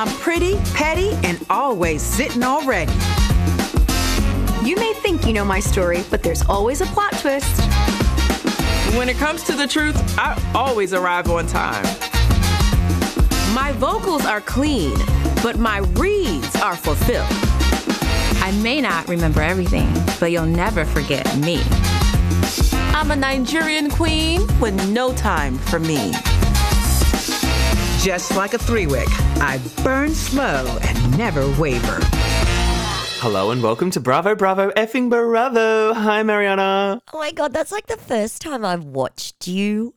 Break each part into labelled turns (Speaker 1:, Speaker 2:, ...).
Speaker 1: I'm pretty, petty, and always sitting already.
Speaker 2: You may think you know my story, but there's always a plot twist.
Speaker 3: When it comes to the truth, I always arrive on time.
Speaker 4: My vocals are clean, but my reeds are fulfilled.
Speaker 5: I may not remember everything, but you'll never forget me.
Speaker 6: I'm a Nigerian queen with no time for me.
Speaker 1: Just like a three wick, I burn slow and never waver.
Speaker 7: Hello and welcome to Bravo Bravo effing Bravo. Hi, Mariana.
Speaker 8: Oh my god, that's like the first time I've watched you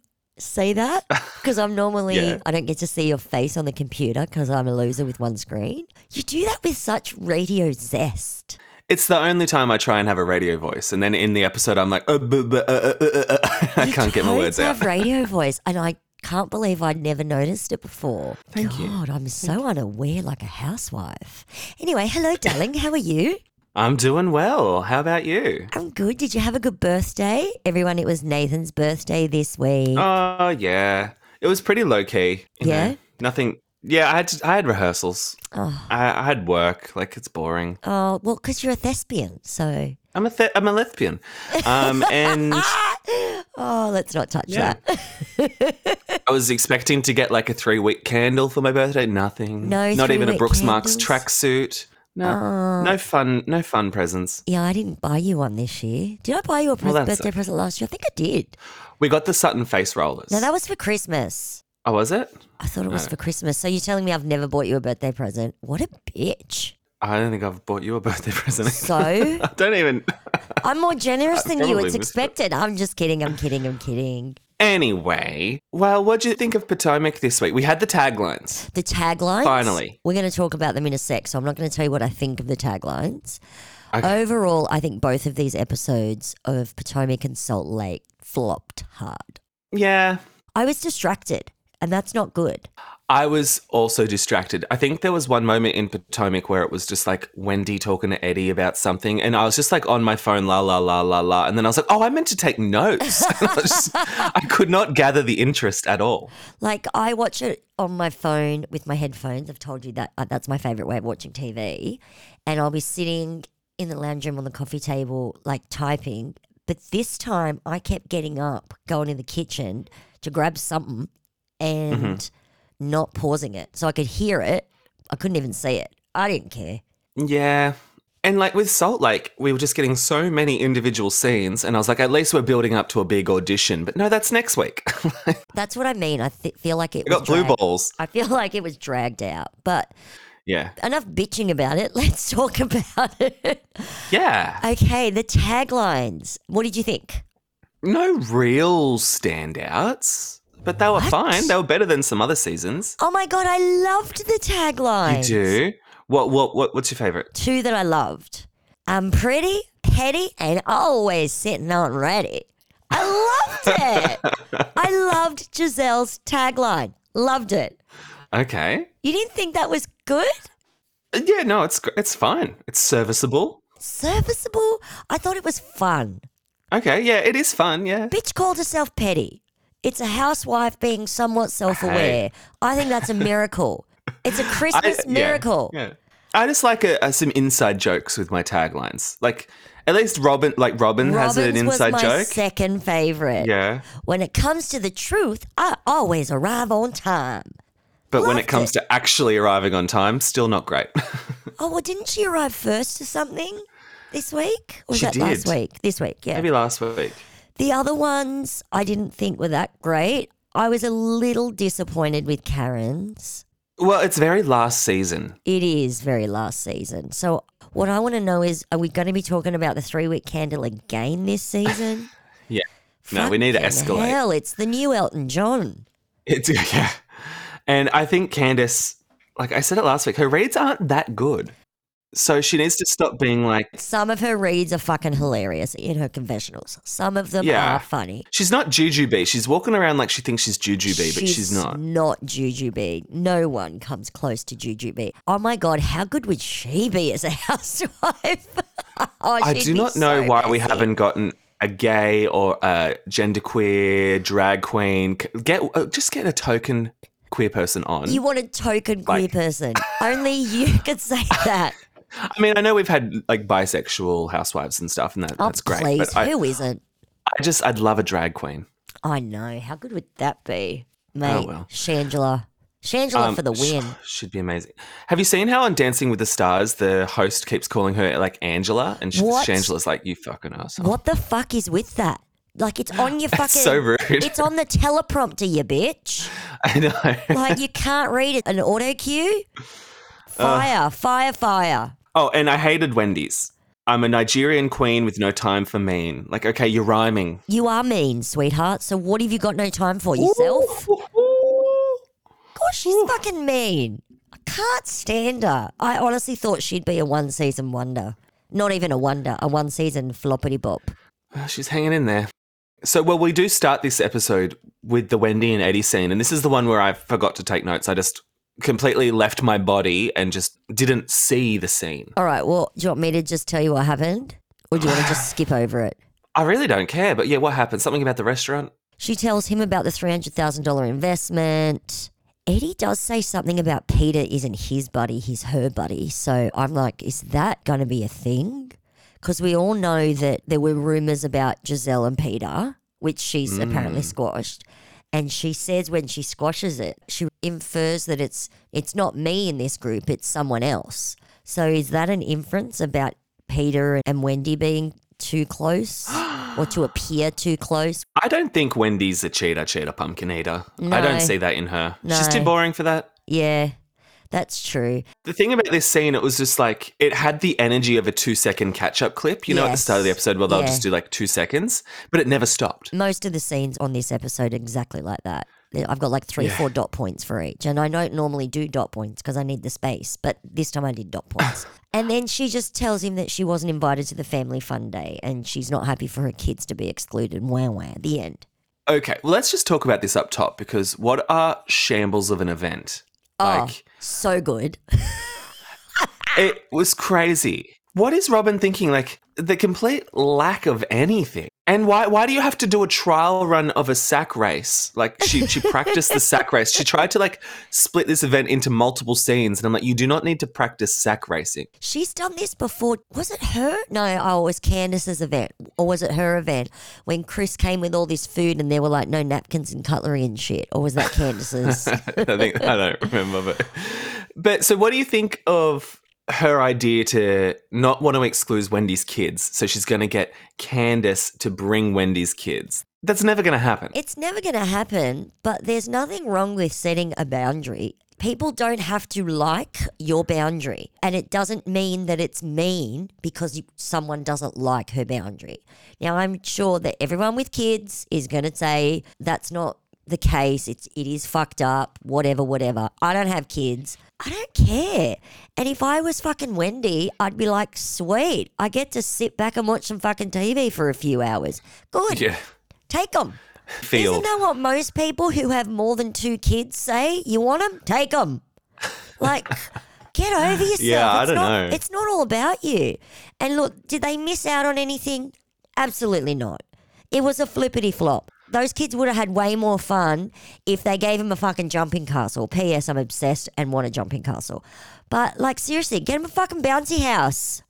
Speaker 8: say that because I'm normally
Speaker 7: Yeah.
Speaker 8: I don't get to see your face on the computer because I'm a loser with one screen. You do that with such radio zest.
Speaker 7: It's the only time I try and have a radio voice, and then in the episode, I'm like, uh, bu- bu- uh, uh, uh, uh, uh. I
Speaker 8: You
Speaker 7: can't get my
Speaker 8: don't
Speaker 7: words out.
Speaker 8: Have radio voice, and I can't believe I'd never noticed it before.
Speaker 7: Thank
Speaker 8: God,
Speaker 7: you.
Speaker 8: I'm so unaware, like a housewife. Anyway, hello, darling. How are you?
Speaker 7: I'm doing well. How about you?
Speaker 8: I'm good. Did you have a good birthday, everyone? It was Nathan's birthday this week.
Speaker 7: Oh yeah, it was pretty low key. you know.
Speaker 8: Yeah?
Speaker 7: nothing. Yeah, I had to, I had rehearsals.
Speaker 8: Oh.
Speaker 7: I, I had work. Like it's boring.
Speaker 8: Oh, well, because you're a thespian, so.
Speaker 7: I'm a th- I'm a lesbian. Um, and
Speaker 8: Oh, let's not touch
Speaker 7: Yeah.
Speaker 8: that.
Speaker 7: I was expecting to get like a three week candle for my birthday. Nothing.
Speaker 8: No
Speaker 7: not even a
Speaker 8: three-wick
Speaker 7: Brooks Marks
Speaker 8: candles? Oh.
Speaker 7: tracksuit. No, no fun. No fun presents.
Speaker 8: Yeah, I didn't buy you one this year. Did I buy you a pres-
Speaker 7: that's
Speaker 8: birthday
Speaker 7: okay.
Speaker 8: present last year? I think I did.
Speaker 7: We got the Sutton face rollers.
Speaker 8: No, that was for Christmas.
Speaker 7: oh, was it?
Speaker 8: I thought it was
Speaker 7: No.
Speaker 8: for Christmas. So you're telling me I've never bought you a birthday present? What a bitch.
Speaker 7: I don't think I've bought you a birthday present.
Speaker 8: So?
Speaker 7: I don't even.
Speaker 8: I'm more generous than you.
Speaker 7: probably
Speaker 8: It's
Speaker 7: missed it.
Speaker 8: expected. I'm just kidding. I'm kidding. I'm kidding.
Speaker 7: Anyway, well, what do you think of Potomac this week? We had the taglines.
Speaker 8: The taglines.
Speaker 7: Finally.
Speaker 8: We're going to talk about them in a sec, so I'm not going to tell you what I think of the taglines.
Speaker 7: Okay.
Speaker 8: Overall, I think both of these episodes of Potomac and Salt Lake flopped hard.
Speaker 7: Yeah,
Speaker 8: I was distracted, and that's not good.
Speaker 7: I was also distracted. I think there was one moment in Potomac where it was just like Wendy talking to Eddie about something, and I was just like on my phone, la la la la la, and then I was like, oh, I meant to take notes. And I, was just- I could not gather the interest at all.
Speaker 8: Like I watch it on my phone with my headphones. I've told you that uh, that's my favorite way of watching TV, and I'll be sitting in the lounge room on the coffee table, like typing. But this time, I kept getting up, going in the kitchen to grab something, and
Speaker 7: Mm-hmm.
Speaker 8: not pausing it, so I could hear it. I couldn't even see it. I didn't care.
Speaker 7: Yeah. And like with Salt Lake, we were just getting so many individual scenes, and I was like, at least we're building up to a big audition. But no, that's next week. I
Speaker 8: That's what I mean. I th- feel like it.
Speaker 7: got
Speaker 8: was
Speaker 7: blue
Speaker 8: dragged-
Speaker 7: balls.
Speaker 8: I feel like it was dragged out. But
Speaker 7: Yeah.
Speaker 8: enough bitching about it. Let's talk about it.
Speaker 7: Yeah.
Speaker 8: Okay, the taglines. What did you think?
Speaker 7: no real standouts, but they were fine. They were better than some other seasons.
Speaker 8: Oh my god, I loved the
Speaker 7: You
Speaker 8: taglines.
Speaker 7: do. What what what what's your favorite?
Speaker 8: Two that I loved. I'm pretty, petty, and always sitting on ready. I loved it. I loved Giselle's tagline. Loved it.
Speaker 7: Okay.
Speaker 8: You didn't think that was good?
Speaker 7: Uh, Yeah, no, it's gr- it's fine. It's serviceable.
Speaker 8: Serviceable? I thought it was fun.
Speaker 7: Okay, yeah, it is fun, yeah.
Speaker 8: Bitch called herself petty. It's a housewife being somewhat self aware. I think that's a miracle. It's a
Speaker 7: I-
Speaker 8: Christmas
Speaker 7: yeah,
Speaker 8: miracle.
Speaker 7: Yeah. I just like a, a, some inside jokes with my taglines. Like at least Robin like Robin has an
Speaker 8: Robin's
Speaker 7: inside
Speaker 8: was my
Speaker 7: joke.
Speaker 8: Second favorite.
Speaker 7: yeah.
Speaker 8: When it comes to the truth, I always arrive on time.
Speaker 7: But when it
Speaker 8: Loved
Speaker 7: comes
Speaker 8: it.
Speaker 7: to actually arriving on time, still not great.
Speaker 8: Oh well, didn't she arrive first to something this week? Or was
Speaker 7: She
Speaker 8: that last
Speaker 7: did.
Speaker 8: week? This week, yeah.
Speaker 7: Maybe last week.
Speaker 8: The other ones I didn't think were that great. I was a little disappointed with Karen's.
Speaker 7: Well, it's very last season.
Speaker 8: It is very last season. So what I want to know is, are we going to be talking about the three week candle again this season?
Speaker 7: Yeah. No, we need to
Speaker 8: Fucking
Speaker 7: escalate.
Speaker 8: Hell, it's the new Elton John.
Speaker 7: It's yeah. And I think Candace, like I said it last week, her reads aren't that good. So she needs to stop being like
Speaker 8: Some of her reads are fucking hilarious in her confessionals. Some of them
Speaker 7: Yeah.
Speaker 8: are funny.
Speaker 7: she's not Jujubee. She's walking around like she thinks she's Jujubee, but she's not.
Speaker 8: Not Jujubee. No one comes close to Jujubee. Oh my god, how good would she be as a housewife? oh,
Speaker 7: I
Speaker 8: she'd
Speaker 7: do
Speaker 8: be
Speaker 7: not know
Speaker 8: so
Speaker 7: why we
Speaker 8: messy.
Speaker 7: haven't gotten a gay or a genderqueer drag queen. Get uh, just get a token queer person on.
Speaker 8: You want a token queer
Speaker 7: Like-
Speaker 8: person. Only you could say that.
Speaker 7: I mean, I know we've had like bisexual housewives and stuff, and that,
Speaker 8: Oh,
Speaker 7: that's great.
Speaker 8: please.
Speaker 7: But I,
Speaker 8: Who isn't?
Speaker 7: I just, I'd love a drag queen.
Speaker 8: I know. How good would that be? Mate,
Speaker 7: Oh, well.
Speaker 8: Shangela. Shangela
Speaker 7: Um,
Speaker 8: for the
Speaker 7: sh-
Speaker 8: win.
Speaker 7: She'd be amazing. Have you seen how on Dancing with the Stars the host keeps calling her like Angela, and she's
Speaker 8: What?
Speaker 7: Angela's like you fucking asshole.
Speaker 8: What the fuck is with that? Like it's on your fucking.
Speaker 7: That's so rude.
Speaker 8: It's on the teleprompter, you bitch.
Speaker 7: I know.
Speaker 8: Like you can't read it. An auto cue.
Speaker 7: Uh.
Speaker 8: Fire, fire, fire.
Speaker 7: Oh, and I hated Wendy's. I'm a Nigerian queen with no time for mean. Like, okay, you're rhyming.
Speaker 8: You are mean, sweetheart. So what have you got no time for yourself? Gosh, she's fucking mean. I can't stand her. I honestly thought she'd be a one season wonder. Not even a wonder, a one season floppity bop.
Speaker 7: Oh, She's hanging in there. So, well, we do start this episode with the Wendy and Eddie scene, and this is the one where I forgot to take notes. I just completely left my body and just didn't see the scene.
Speaker 8: All right, well, do you want me to just tell you what happened? Or do you want to just skip over it?
Speaker 7: I really don't care, but yeah, what happened? Something about the restaurant?
Speaker 8: She tells him about the $300,000 investment. Eddie does say something about Peter isn't his buddy, he's her buddy. So I'm like, is that going to be a thing? Because we all know that there were rumors about Giselle and Peter, which she's apparently squashed. And she says when she squashes it, she infers that it's it's not me in this group, it's someone else. So is that an inference about Peter and Wendy being too close or to appear too close?
Speaker 7: I don't think Wendy's a cheater, cheater, pumpkin eater. I
Speaker 8: No.
Speaker 7: don't see that in her. She's
Speaker 8: No.
Speaker 7: too boring for that.
Speaker 8: Yeah, that's true.
Speaker 7: The thing about this scene, it was just like it had the energy of a two second catch up clip, you know, at the
Speaker 8: Yes.
Speaker 7: start of the episode where they'll
Speaker 8: Yeah.
Speaker 7: just do like two seconds, but it never stopped.
Speaker 8: Most of the scenes on this episode are exactly like that. I've got like three, four dot points for each, and I don't normally do dot points because I need the space, but this time I did dot points. and then she just tells him that she wasn't invited to the family fun day, and she's not happy for her kids to be excluded. Wow, wow. The end.
Speaker 7: Okay, well, let's just talk about this up top because what are shambles of an event?
Speaker 8: Oh.
Speaker 7: Like,
Speaker 8: So good.
Speaker 7: it was crazy. What is Robin thinking? Like, the complete lack of anything. And why, why do you have to do a trial run of a sack race? Like, she, she practiced the sack race. She tried to, like, split this event into multiple scenes. And I'm like, you do not need to practice sack racing.
Speaker 8: She's done this before. Was it her? No, oh, it was Candace's event. Or was it her event when Chris came with all this food and there were like no napkins and cutlery and shit? Or was that Candace's?
Speaker 7: I think I don't remember, but but so what do you think of her idea to not want to exclude Wendy's kids? So she's going to get Candace to bring Wendy's kids. That's never going to happen.
Speaker 8: It's never going to happen, but there's nothing wrong with setting a boundary. People don't have to like your boundary, and it doesn't mean that it's mean because you, someone doesn't like her boundary. Now, I'm sure that everyone with kids is going to say that's not the case. It's it is fucked up. Whatever, whatever. I don't have kids. I don't care. And if I was fucking Wendy, I'd be like, sweet, I get to sit back and watch some fucking TV for a few hours. Good.
Speaker 7: yeah,
Speaker 8: Take them.
Speaker 7: feel
Speaker 8: Isn't that what most people who have more than two kids say? You want them? Take them. Like, get over yourself.
Speaker 7: Yeah, I
Speaker 8: it's
Speaker 7: don't
Speaker 8: not,
Speaker 7: know.
Speaker 8: It's not all about you. And look, did they miss out on anything? Absolutely not. It was a flippity flop. Those kids would have had way more fun if they gave them a fucking jumping castle. P.S. I'm obsessed and want a jumping castle. But, like, seriously, get them a fucking bouncy house.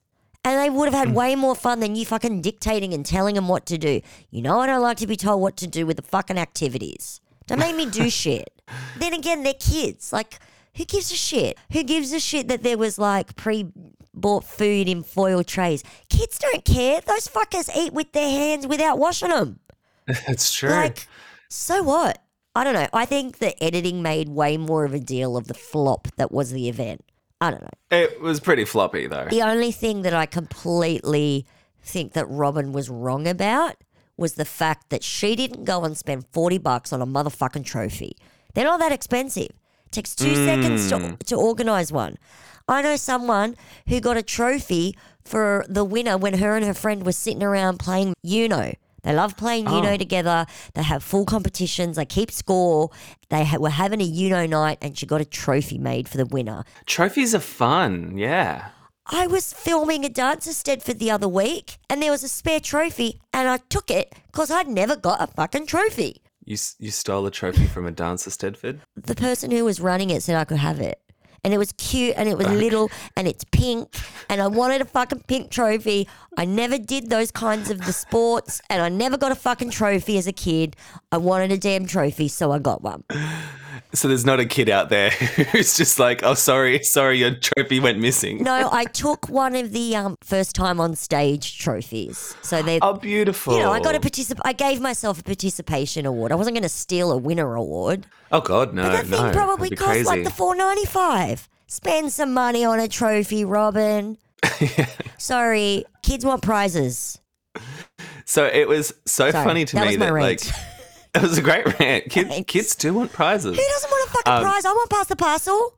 Speaker 8: And they would have had way more fun than you fucking dictating and telling them what to do. You know, I don't like to be told what to do with the fucking activities. Don't make me do shit. Then again, they're kids. Like, who gives a shit? Who gives a shit that there was like pre bought food in foil trays? Kids don't care. Those fuckers eat with their hands without washing them.
Speaker 7: that's true.
Speaker 8: Like, so what? I don't know. I think the editing made way more of a deal of the flop that was the event. I don't know.
Speaker 7: it was pretty floppy though.
Speaker 8: The only thing that I completely think that Robin was wrong about was the fact that she didn't go and spend 40 bucks on a motherfucking trophy. They're not that expensive. takes two seconds to, to organize one. I know someone who got a trophy for the winner when her and her friend were sitting around playing Uno. They love playing Uno together. They have full competitions. They keep score. They ha- were having a Uno night and she got a trophy made for the winner.
Speaker 7: Trophies are fun. Yeah.
Speaker 8: I was filming a dancer's stead for the other week and there was a spare trophy and I took it because I'd never got a fucking trophy.
Speaker 7: You, s- you stole a trophy from a dancer, Stedford?
Speaker 8: the person who was running it said I could have it. And it was cute and it was little and it's pink and I wanted a fucking pink trophy. I never did those kinds of the sports and I never got a fucking trophy as a kid. I wanted a damn trophy, so I got one.
Speaker 7: So there's not a kid out there who's just like, oh, sorry, sorry, your trophy went missing.
Speaker 8: No, I took one of the um, first time on stage trophies. So they
Speaker 7: Oh, beautiful.
Speaker 8: you know, I got a particip- I gave myself a participation award. I wasn't going to steal a winner award.
Speaker 7: Oh, God, no.
Speaker 8: But that
Speaker 7: no.
Speaker 8: thing probably
Speaker 7: That'd be
Speaker 8: cost like
Speaker 7: crazy.
Speaker 8: the four ninety five. Spend some money on a trophy, Robin. Sorry, kids want prizes.
Speaker 7: So it was so
Speaker 8: Sorry,
Speaker 7: funny to
Speaker 8: that
Speaker 7: me
Speaker 8: was my
Speaker 7: that,
Speaker 8: rant.
Speaker 7: like, that was a great rant. Kids,
Speaker 8: Thanks.
Speaker 7: kids do want prizes.
Speaker 8: Who doesn't want a fucking
Speaker 7: Um,
Speaker 8: prize? I want pass the parcel.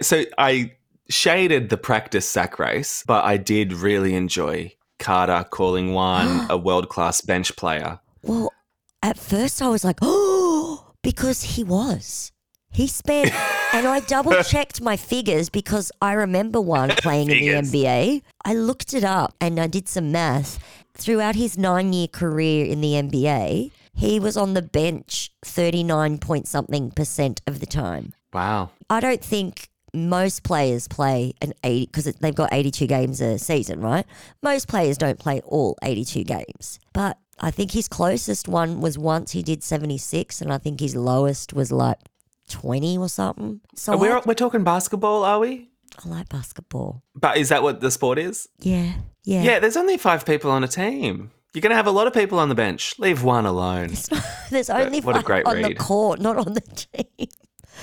Speaker 7: So I shaded the practice sack race, but I did really enjoy Carter calling Juan a world class bench player.
Speaker 8: Well, at first I was like, oh, because he was. He spent, and I double checked my figures because I remember one playing in
Speaker 7: Figures.
Speaker 8: the NBA. I looked it up and I did some math. Throughout his nine year career in the NBA, he was on the bench 39 point something percent of the time.
Speaker 7: Wow.
Speaker 8: I don't think most players play an 80 because they've got 82 games a season, right? Most players don't play all 82 games. But I think his closest one was once he did 76 and I think his lowest was like 20 or something. So
Speaker 7: Are we,
Speaker 8: I,
Speaker 7: we're talking basketball, are we?
Speaker 8: I like basketball.
Speaker 7: But is that what the sport is?
Speaker 8: Yeah. Yeah.
Speaker 7: Yeah, there's only five people on a team. You're going to have a lot of people on the bench. Leave one alone.
Speaker 8: There's only
Speaker 7: what a
Speaker 8: five
Speaker 7: great
Speaker 8: on the
Speaker 7: read.
Speaker 8: court, not on the team.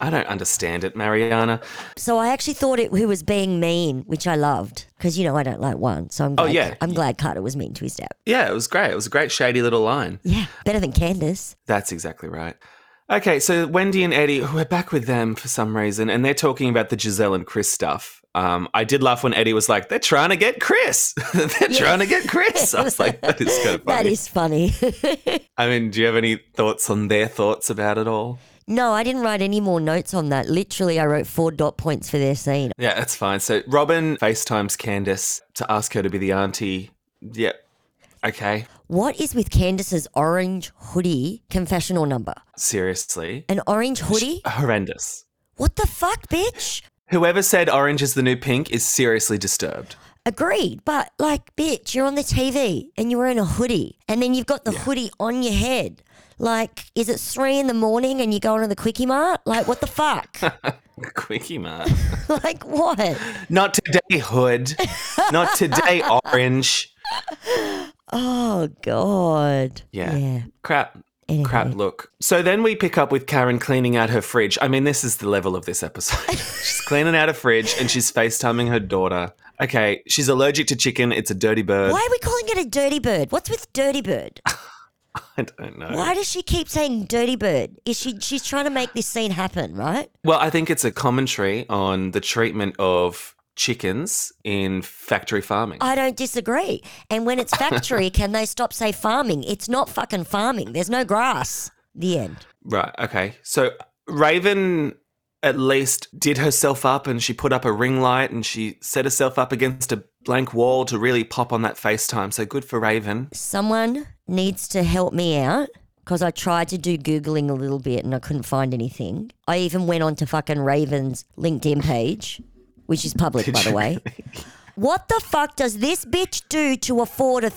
Speaker 7: I don't understand it, Mariana.
Speaker 8: So I actually thought it he was being mean, which I loved because you know I don't like one. So I'm
Speaker 7: Oh,
Speaker 8: glad,
Speaker 7: yeah.
Speaker 8: I'm glad Carter was mean to his dad.
Speaker 7: Yeah, it was great. It was a great shady little line.
Speaker 8: Yeah, better than Candace.
Speaker 7: That's exactly right. Okay, so Wendy and Eddie, we're back with them for some reason, and they're talking about the Giselle and Chris stuff. Um, I did laugh when Eddie was like, "They're trying to get Chris. they're trying to get Chris." I was like, "That is kind of funny."
Speaker 8: That is funny.
Speaker 7: I mean, do you have any thoughts on their thoughts about it all?
Speaker 8: No, I didn't write any more notes on that. Literally, I wrote four dot points for their scene.
Speaker 7: Yeah, that's fine. So Robin FaceTimes Candace to ask her to be the auntie. Yep. Okay.
Speaker 8: What is with Candace's orange hoodie confessional number?
Speaker 7: Seriously.
Speaker 8: An orange hoodie?
Speaker 7: Horrendous.
Speaker 8: What the fuck, bitch?
Speaker 7: Whoever said orange is the new pink is seriously disturbed.
Speaker 8: Agreed, but like, bitch, you're on the TV and you're in a hoodie, and then you've got the hoodie on your head. Like, is it three in the morning and you're going to the quickie mart? Like, what the fuck?
Speaker 7: Quickie mark.
Speaker 8: like, what?
Speaker 7: Not today, Hood. Not today, Orange.
Speaker 8: Oh god.
Speaker 7: Yeah.
Speaker 8: Yeah.
Speaker 7: Crap.
Speaker 8: Anyway.
Speaker 7: Crap look. So then we pick up with Karen cleaning out her fridge. I mean, this is the level of this episode. she's cleaning out her fridge and she's FaceTiming her daughter. Okay, she's allergic to chicken. It's a dirty bird.
Speaker 8: Why are we calling it a dirty bird? What's with dirty bird?
Speaker 7: I don't know.
Speaker 8: Why does she keep saying "dirty bird"? Is she she's trying to make this scene happen, right?
Speaker 7: Well, I think it's a commentary on the treatment of chickens in factory farming.
Speaker 8: I don't disagree. And when it's factory, can they stop say farming? It's not fucking farming. There's no grass. The end.
Speaker 7: Right. Okay. So Raven at least did herself up and she put up a ring light and she set herself up against a blank wall to really pop on that FaceTime. So good for Raven.
Speaker 8: Someone needs to help me out because I tried to do googling a little bit and I couldn't find anything. I even went on to fucking Raven's LinkedIn page, which is public, by the way. What the fuck does this bitch do to afford a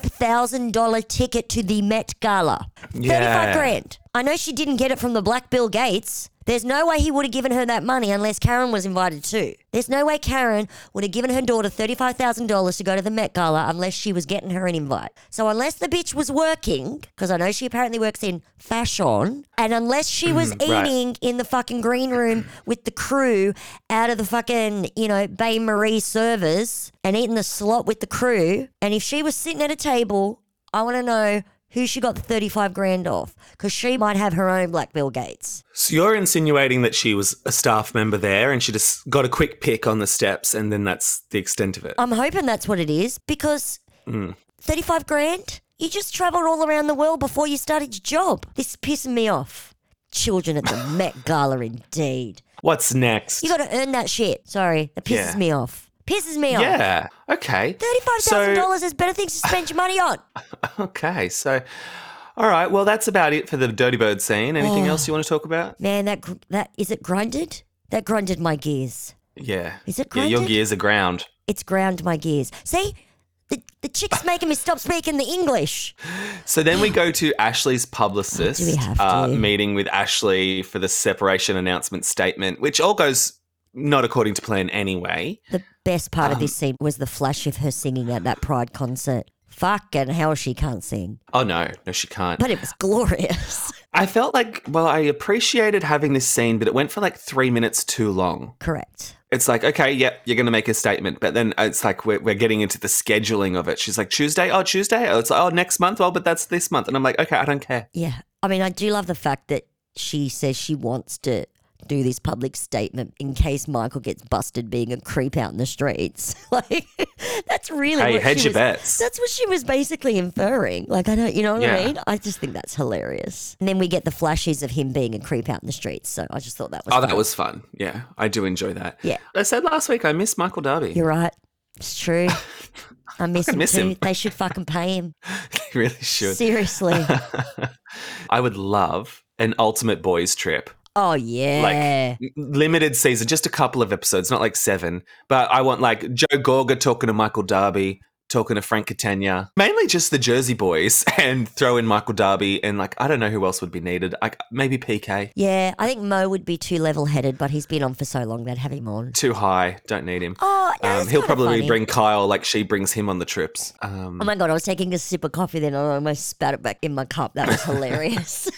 Speaker 8: $35,000 ticket to the Met Gala? 35
Speaker 7: Yeah.
Speaker 8: grand. I know she didn't get it from the black Bill Gates. There's no way he would have given her that money unless Karen was invited too. There's no way Karen would have given her daughter $35,000 to go to the Met Gala unless she was getting her an invite. So unless the bitch was working, because I know she apparently works in fashion, and unless she was
Speaker 7: right.
Speaker 8: eating in the fucking green room with the crew out of the fucking, you know, Bain Marie servers and eating the slot with the crew. And if she was sitting at a table, I want to know who she got the 35 grand off because she might have her own Black Bill Gates.
Speaker 7: So you're insinuating that she was a staff member there and she just got a quick pick on the steps and then that's the extent of it.
Speaker 8: I'm hoping that's what it is because 35 grand? You just traveled all around the world before you started your job. This is pissing me off. Children at the Met Gala, indeed.
Speaker 7: What's next?
Speaker 8: You got to earn that shit. Sorry, that pisses
Speaker 7: Yeah.
Speaker 8: me off. Pisses me off.
Speaker 7: yeah. Okay.
Speaker 8: Thirty-five thousand dollars is better things to spend your money on.
Speaker 7: Okay, so All right. Well, that's about it for the Dirty Bird scene. Anything
Speaker 8: Oh.
Speaker 7: else you want to talk about?
Speaker 8: Man, that gr- that is it grinded? That grinded my gears.
Speaker 7: Yeah.
Speaker 8: Is it
Speaker 7: Yeah, your
Speaker 8: grinded?
Speaker 7: gears are ground.
Speaker 8: It's ground my gears. See? The the chick's making me stop speaking the English.
Speaker 7: So then we go to Ashley's publicist
Speaker 8: Do we have
Speaker 7: Uh,
Speaker 8: to?
Speaker 7: meeting with Ashley for the separation announcement statement, which all goes not according to plan anyway.
Speaker 8: The best part of this scene was the flash of her singing at that Pride concert. Fucking hell, she can't sing.
Speaker 7: Oh, no. No, she can't.
Speaker 8: But it was glorious.
Speaker 7: I felt like, well, I appreciated having this scene, but it went for like three minutes too long.
Speaker 8: Correct.
Speaker 7: It's like, okay, yep, you're going to make a statement. But then it's like, we're, we're getting into the scheduling of it. She's like, Tuesday? Oh, Tuesday? Oh, it's like, oh, next month? Oh, but that's this month. And I'm like, okay, I don't care.
Speaker 8: Yeah. I mean, I do love the fact that she says she wants to do this public statement in case Michael gets busted being a creep out in the streets. like, that's really
Speaker 7: Hey,
Speaker 8: what
Speaker 7: hedge
Speaker 8: she
Speaker 7: your
Speaker 8: was,
Speaker 7: bets.
Speaker 8: That's what she was basically inferring. Like, I don't, you know what I
Speaker 7: Yeah.
Speaker 8: mean? I just think that's hilarious. And then we get the flashes of him being a creep out in the streets. So I just thought that was.
Speaker 7: Oh, that
Speaker 8: fun.
Speaker 7: was fun. Yeah, I do enjoy that.
Speaker 8: Yeah.
Speaker 7: I said last week, I miss Michael Darby.
Speaker 8: You're right. It's true. I miss him
Speaker 7: miss
Speaker 8: too.
Speaker 7: him.
Speaker 8: They should fucking pay him.
Speaker 7: You really should.
Speaker 8: Seriously.
Speaker 7: I would love an ultimate boys trip.
Speaker 8: Oh yeah.
Speaker 7: Like limited season, just a couple of episodes, not like seven. But I want like Joe Gorga talking to Michael Darby, talking to Frank Catania, mainly just the Jersey boys, and throw in Michael Darby and like I don't know who else would be needed. Like maybe PK.
Speaker 8: yeah, I think Mo would be too level-headed, but he's been on for so long they'd have him on.
Speaker 7: Too high, don't need him.
Speaker 8: Oh, no,
Speaker 7: um,
Speaker 8: it's
Speaker 7: he'll
Speaker 8: kinda
Speaker 7: probably
Speaker 8: funny.
Speaker 7: bring Kyle like she brings him on the trips. Um,
Speaker 8: Oh my god, I was taking a sip of coffee then and I almost spat it back in my cup. That was hilarious.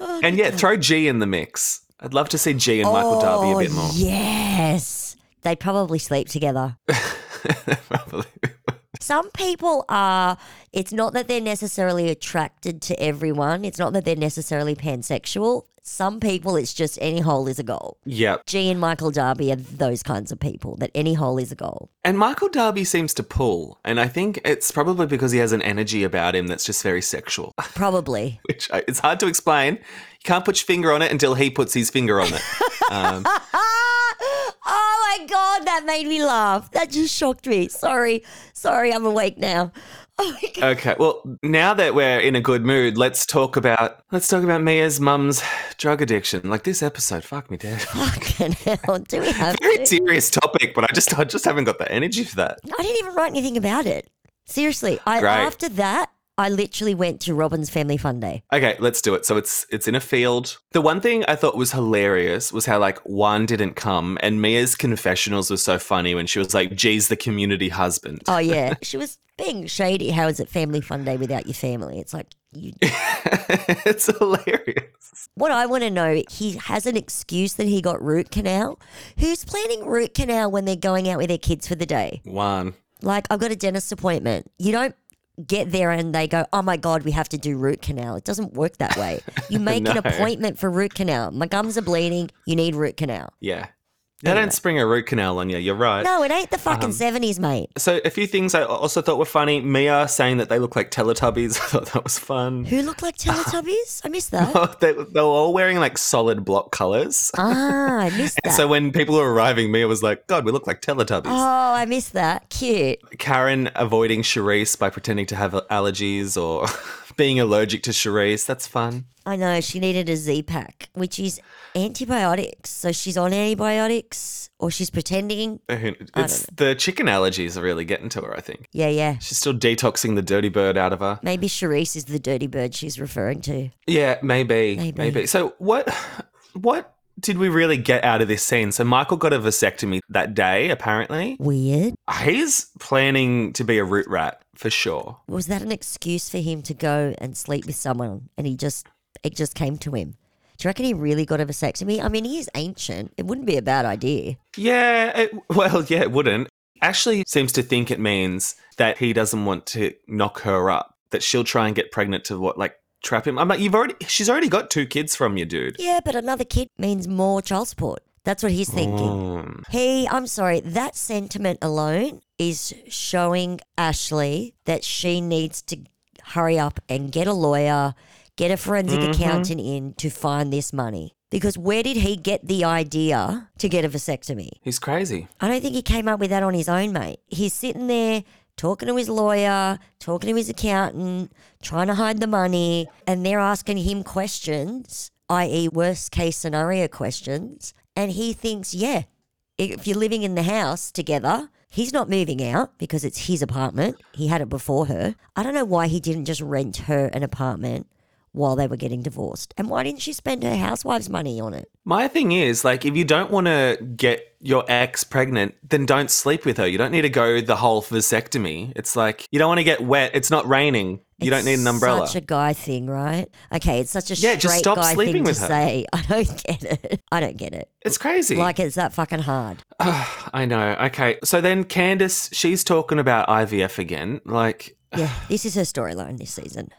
Speaker 8: Oh,
Speaker 7: and yeah, throw G in the mix. I'd love to see G and Michael Darby a bit more.
Speaker 8: Oh, Yes. They probably sleep together.
Speaker 7: Probably.
Speaker 8: Some people are, it's not that they're necessarily attracted to everyone. It's not that they're necessarily pansexual. Some people, it's just any hole is a goal.
Speaker 7: Yep.
Speaker 8: G and Michael Darby are those kinds of people that any hole is a goal.
Speaker 7: And Michael Darby seems to pull, and I think it's probably because he has an energy about him that's just very sexual,
Speaker 8: Probably.
Speaker 7: which I, it's hard to explain. You can't put your finger on it until he puts his finger on it.
Speaker 8: oh my God, that made me laugh. That just shocked me. Sorry. Sorry, I'm awake now. Oh my God.
Speaker 7: Okay, well, now that we're in a good mood, let's talk about let's talk about Mia's mum's drug addiction. Like this episode, fuck me, dead.
Speaker 8: Fucking hell. Do we have
Speaker 7: Very
Speaker 8: to?
Speaker 7: serious topic, but I just I just haven't got the energy for that.
Speaker 8: I didn't even write anything about it. Seriously. I,
Speaker 7: Great.
Speaker 8: after that, I literally went to Robin's Family Fun Day.
Speaker 7: Okay, let's do it. So it's it's in a field. The one thing I thought was hilarious was how like one didn't come, and Mia's confessionals were so funny when she was like, "Geez, the community husband."
Speaker 8: Oh, yeah. she was being shady. How is it Family Fun Day without your family? It's like, you
Speaker 7: it's hilarious.
Speaker 8: What I want to know, he has an excuse that he got root canal. Who's planning root canal when they're going out with their kids for the day?
Speaker 7: One.
Speaker 8: Like, I've got a dentist appointment. You don't get there and they go, oh my God, we have to do root canal. It doesn't work that way. You make an
Speaker 7: No.
Speaker 8: appointment for root canal. My gums are bleeding. You need root canal.
Speaker 7: Yeah. They don't spring a root canal on you. You're right.
Speaker 8: No, it ain't the fucking
Speaker 7: um,
Speaker 8: 70s, mate.
Speaker 7: So a few things I also thought were funny. Mia saying that they look like Teletubbies. I thought that was fun.
Speaker 8: Who look like Teletubbies? I missed that.
Speaker 7: they, they were all wearing like solid block colors.
Speaker 8: ah, I missed that.
Speaker 7: So when people were arriving, Mia was like, "God, we look like Teletubbies."
Speaker 8: oh, I missed that. Cute.
Speaker 7: Karen avoiding Charisse by pretending to have allergies or being allergic to Charisse. That's fun.
Speaker 8: I know she needed a Z pack, which is antibiotics. So she's on antibiotics, or she's pretending.
Speaker 7: It's the chicken allergies are really getting to her, I think.
Speaker 8: Yeah, yeah.
Speaker 7: She's still detoxing the dirty bird out of her.
Speaker 8: Maybe Charisse is the dirty bird she's referring to.
Speaker 7: Yeah, maybe.
Speaker 8: Maybe.
Speaker 7: Maybe. So what what did we really get out of this scene? So Michael got a vasectomy that day, apparently.
Speaker 8: Weird.
Speaker 7: He's planning to be a root rat for sure.
Speaker 8: Was that an excuse for him to go and sleep with someone, and he just it just came to him? Do you reckon he really got a vasectomy? I mean, he is ancient. It wouldn't be a bad idea.
Speaker 7: Yeah, it, well, yeah, it wouldn't. Ashley seems to think it means that he doesn't want to knock her up, that she'll try and get pregnant to what, like, trap him. I'm like, you've already, she's already got two kids from you, dude.
Speaker 8: Yeah, but another kid means more child support. That's what he's thinking.
Speaker 7: Mm.
Speaker 8: He, I'm sorry, that sentiment alone is showing Ashley that she needs to hurry up and get a lawyer, get a forensic accountant in to find this money. Because where did he get the idea to get a vasectomy?
Speaker 7: He's crazy.
Speaker 8: I don't think he came up with that on his own, mate. He's sitting there talking to his lawyer, talking to his accountant, trying to hide the money, and they're asking him questions, i.e., worst case scenario questions. And he thinks, yeah, if you're living in the house together, he's not moving out because it's his apartment. He had it before her. I don't know why he didn't just rent her an apartment while they were getting divorced. And why didn't she spend her housewife's money on it?
Speaker 7: My thing is, like, if you don't want to get your ex pregnant, then don't sleep with her. You don't need to go the whole vasectomy. It's like, you don't want to get wet. It's not raining. You don't
Speaker 8: It's
Speaker 7: need an umbrella.
Speaker 8: Such a guy thing, right? Okay, it's such a
Speaker 7: Yeah,
Speaker 8: straight
Speaker 7: just stop
Speaker 8: guy
Speaker 7: sleeping
Speaker 8: thing
Speaker 7: with
Speaker 8: to
Speaker 7: her.
Speaker 8: say. I don't get it. I don't get it.
Speaker 7: it's crazy.
Speaker 8: Like it's that fucking hard.
Speaker 7: I know. Okay. So then Candace, she's talking about IVF again. Like,
Speaker 8: Yeah, this is her storyline this season.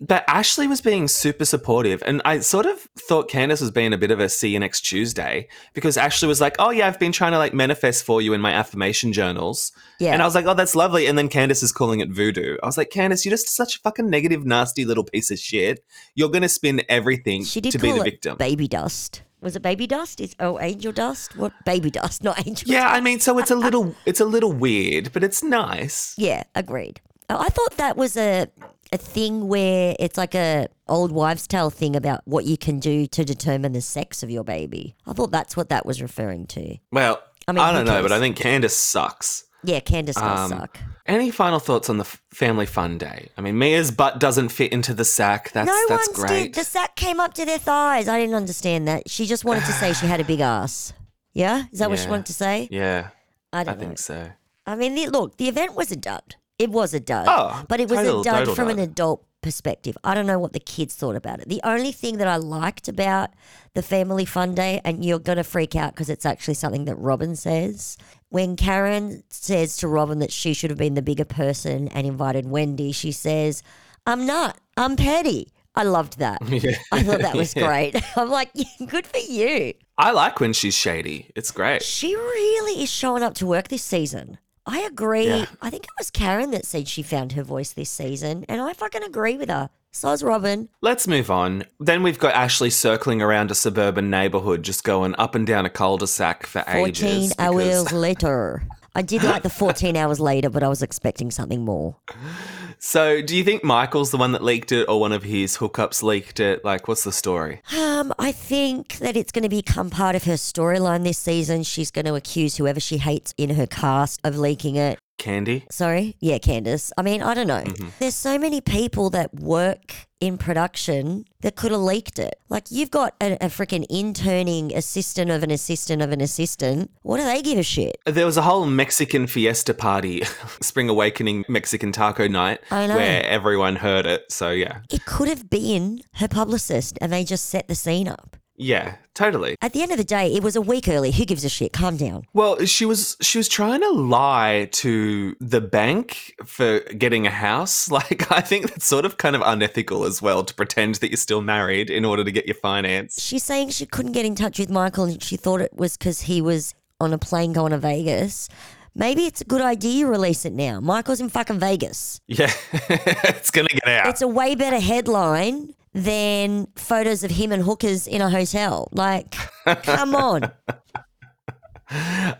Speaker 7: but Ashley was being super supportive. And I sort of thought Candace was being a bit of a see you next Tuesday because Ashley was like, oh, yeah, I've been trying to like manifest for you in my affirmation journals.
Speaker 8: Yeah.
Speaker 7: And I was like, oh, that's lovely. And then Candace is calling it voodoo. I was like, Candace, you're just such a fucking negative, nasty little piece of shit. You're going to spin everything
Speaker 8: She did
Speaker 7: to be
Speaker 8: call
Speaker 7: the
Speaker 8: it
Speaker 7: victim.
Speaker 8: baby dust. Was it baby dust? Is oh angel dust? What baby dust? Not angel.
Speaker 7: yeah,
Speaker 8: dust.
Speaker 7: I mean, so it's
Speaker 8: uh,
Speaker 7: a little, it's a little weird, but it's nice.
Speaker 8: Yeah, agreed. Oh, I thought that was a a thing where it's like a old wives' tale thing about what you can do to determine the sex of your baby. I thought that's what that was referring to.
Speaker 7: Well,
Speaker 8: I
Speaker 7: I,
Speaker 8: mean, who
Speaker 7: don't know, but
Speaker 8: cares?
Speaker 7: I think Candace sucks.
Speaker 8: Yeah, Candace does
Speaker 7: Um,
Speaker 8: suck.
Speaker 7: Any final thoughts on the f- family fun day? I mean, Mia's butt doesn't fit into the sack. That's
Speaker 8: no
Speaker 7: that's
Speaker 8: one's
Speaker 7: great.
Speaker 8: did. The sack came up to their thighs. I didn't understand that. She just wanted to say she had a big ass. Yeah, is that what she
Speaker 7: Yeah.
Speaker 8: wanted to say?
Speaker 7: yeah,
Speaker 8: I
Speaker 7: I
Speaker 8: don't know.
Speaker 7: think so.
Speaker 8: I mean, the, look, the event was a dud. It was a dud.
Speaker 7: Oh,
Speaker 8: but it was
Speaker 7: total,
Speaker 8: a dud
Speaker 7: total
Speaker 8: from an
Speaker 7: dud.
Speaker 8: adult perspective. I don't know what the kids thought about it. The only thing that I liked about the family fun day, and you're going to freak out because it's actually something that Robin says. When Karen says to Robin that she should have been the bigger person and invited Wendy, she says, I'm not, I'm petty. I loved that. I thought that was great. I'm like, good for you.
Speaker 7: I like when she's shady. It's great.
Speaker 8: She really is showing up to work this season. I agree. I think it was Karen that said she found her voice this season, and I fucking agree with her. So is Robin.
Speaker 7: Let's move on. Then we've got Ashley circling around a suburban neighborhood, just going up and down a cul-de-sac for
Speaker 8: 14
Speaker 7: ages. because-
Speaker 8: hours later. I did like the 14 hours later, but I was expecting something more.
Speaker 7: So, do you think Michael's the one that leaked it, or one of his hookups leaked it? Like, what's the story?
Speaker 8: Um, I think that it's going to become part of her storyline this season. She's going to accuse whoever she hates in her cast of leaking it.
Speaker 7: Candy.
Speaker 8: Sorry. Yeah, Candace. I mean, I don't know. There's so many people that work in production that could have leaked it. Like, you've got a, a freaking interning assistant of an assistant of an assistant. What do they give a shit?
Speaker 7: There was a whole Mexican fiesta party, Spring Awakening Mexican taco night,
Speaker 8: I know.
Speaker 7: where everyone heard it. So, yeah.
Speaker 8: It could have been her publicist and they just set the scene up.
Speaker 7: Yeah, totally.
Speaker 8: At the end of the day, it was a week early. Who gives a shit? Calm down.
Speaker 7: Well, she was she was trying to lie to the bank for getting a house. Like I think that's sort of kind of unethical as well to pretend that you're still married in order to get your finance.
Speaker 8: She's saying she couldn't get in touch with Michael and she thought it was because he was on a plane going to Vegas. Maybe it's a good idea you release it now. Michael's in fucking Vegas.
Speaker 7: Yeah. it's going to get out.
Speaker 8: it's a way better headline than photos of him and hookers in a hotel. Like, come on.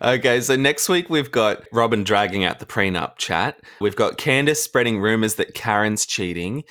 Speaker 7: Okay, so next week we've got Robin dragging out the prenup chat. We've got Candace spreading rumors that Karen's cheating.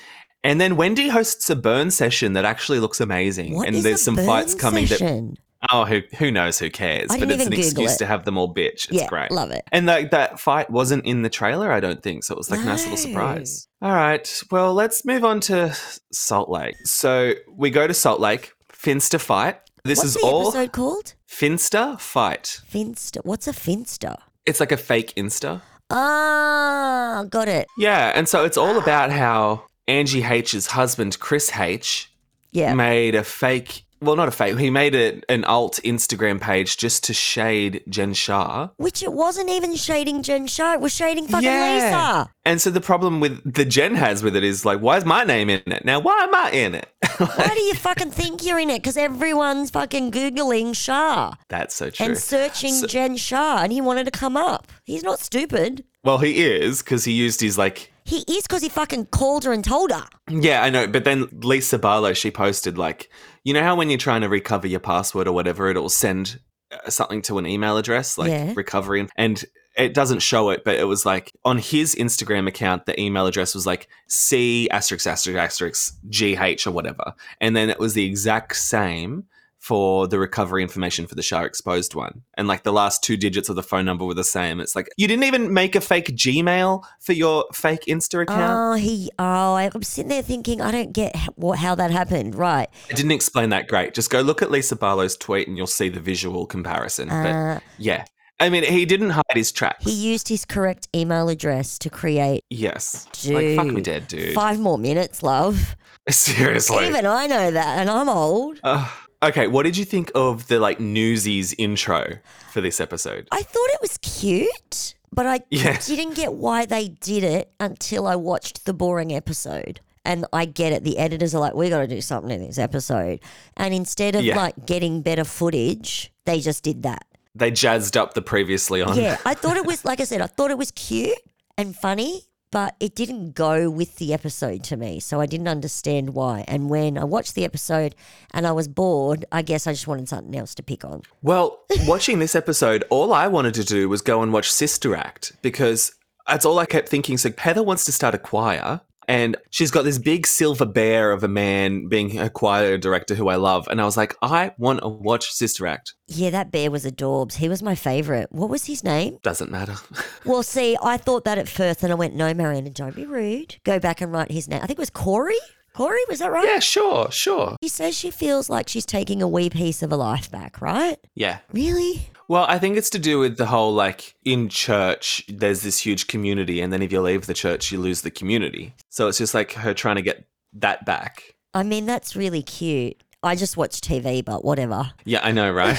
Speaker 7: And then Wendy hosts a burn session that actually looks amazing.
Speaker 8: What
Speaker 7: and
Speaker 8: is
Speaker 7: there's
Speaker 8: a
Speaker 7: some
Speaker 8: burn
Speaker 7: fights coming that
Speaker 8: session?
Speaker 7: Oh, who who knows who cares?
Speaker 8: I
Speaker 7: But
Speaker 8: didn't
Speaker 7: it's an
Speaker 8: even Google
Speaker 7: excuse
Speaker 8: it.
Speaker 7: to have them all bitch. It's
Speaker 8: Yeah,
Speaker 7: great.
Speaker 8: love it.
Speaker 7: And like that fight wasn't in the trailer, I don't think. So it was like a nice little surprise. All right. Well, let's move on to Salt Lake. So we go to Salt Lake, Finster fight. This
Speaker 8: What's
Speaker 7: is
Speaker 8: the
Speaker 7: all
Speaker 8: episode called?
Speaker 7: Finster fight.
Speaker 8: Finster. What's a Finster?
Speaker 7: It's like a fake Insta.
Speaker 8: Ah, got it.
Speaker 7: Yeah, and so it's all about how Angie H's husband, Chris H,
Speaker 8: Yeah.
Speaker 7: made a fake. Well, not a fake. He made a, an alt Instagram page just to shade Jen Shah.
Speaker 8: Which it wasn't even shading Jen Shah. It was shading fucking Lisa.
Speaker 7: And so the problem with the Jen has with it is like, why is my name in it? Now, why am I in it?
Speaker 8: Why do you fucking think you're in it? Because everyone's fucking Googling Shah
Speaker 7: That's so true.
Speaker 8: and searching Jen Shah, and he wanted to come up. He's not stupid.
Speaker 7: well, he is because he used his like.
Speaker 8: He is because he fucking called her and told her.
Speaker 7: Yeah, I know. But then Lisa Barlow, she posted like, you know how when you're trying to recover your password or whatever, it'll send uh, something to an email address like
Speaker 8: Yeah.
Speaker 7: recovery, and it doesn't show it, but it was like on his Instagram account, the email address was like C asterisk asterisk asterisk GH or whatever. And then it was the exact same for the recovery information for the Shah Exposed one. And like the last two digits of the phone number were the same. It's like, you didn't even make a fake Gmail for your fake Insta account.
Speaker 8: Oh, he. Oh, I'm sitting there thinking, I don't get h- what, how that happened. Right.
Speaker 7: I didn't explain that great. Just go look at Lisa Barlow's tweet and you'll see the visual comparison.
Speaker 8: Uh,
Speaker 7: but yeah. I mean, he didn't hide his tracks.
Speaker 8: He used his correct email address to create.
Speaker 7: yes. Like, fuck me dead, dude.
Speaker 8: Five more minutes, love.
Speaker 7: Seriously.
Speaker 8: Even I know that, and I'm old.
Speaker 7: Ugh. okay, what did you think of the like Newsies intro for this episode?
Speaker 8: I thought it was cute, but I
Speaker 7: Yeah.
Speaker 8: didn't get why they did it until I watched the boring episode. And I get it. The editors are like, we got to do something in this episode. And instead of
Speaker 7: Yeah.
Speaker 8: like getting better footage, they just did that.
Speaker 7: They jazzed up the previously on.
Speaker 8: Yeah, I thought it was like I said, I thought it was cute and funny, but it didn't go with the episode to me, so I didn't understand why. And when I watched the episode and I was bored, I guess I just wanted something else to pick on.
Speaker 7: Well, watching this episode, all I wanted to do was go and watch Sister Act because that's all I kept thinking. So Heather wants to start a choir. And she's got this big silver bear of a man being her choir director who I love. And I was like, I want to watch Sister Act.
Speaker 8: Yeah, that bear was adorbs. He was my favorite. What was his name?
Speaker 7: Doesn't matter.
Speaker 8: Well, see, I thought that at first, and I went, no, Mariana, don't be rude. Go back and write his name. I think it was Corey. Corey, was that right?
Speaker 7: yeah, sure, sure.
Speaker 8: She says she feels like she's taking a wee piece of her life back, right?
Speaker 7: Yeah.
Speaker 8: Really?
Speaker 7: Well, I think it's to do with the whole like in church, there's this huge community, and then if you leave the church, you lose the community. So it's just like her trying to get that back.
Speaker 8: I mean, that's really cute. I just watch TV, but whatever.
Speaker 7: Yeah, I know, right?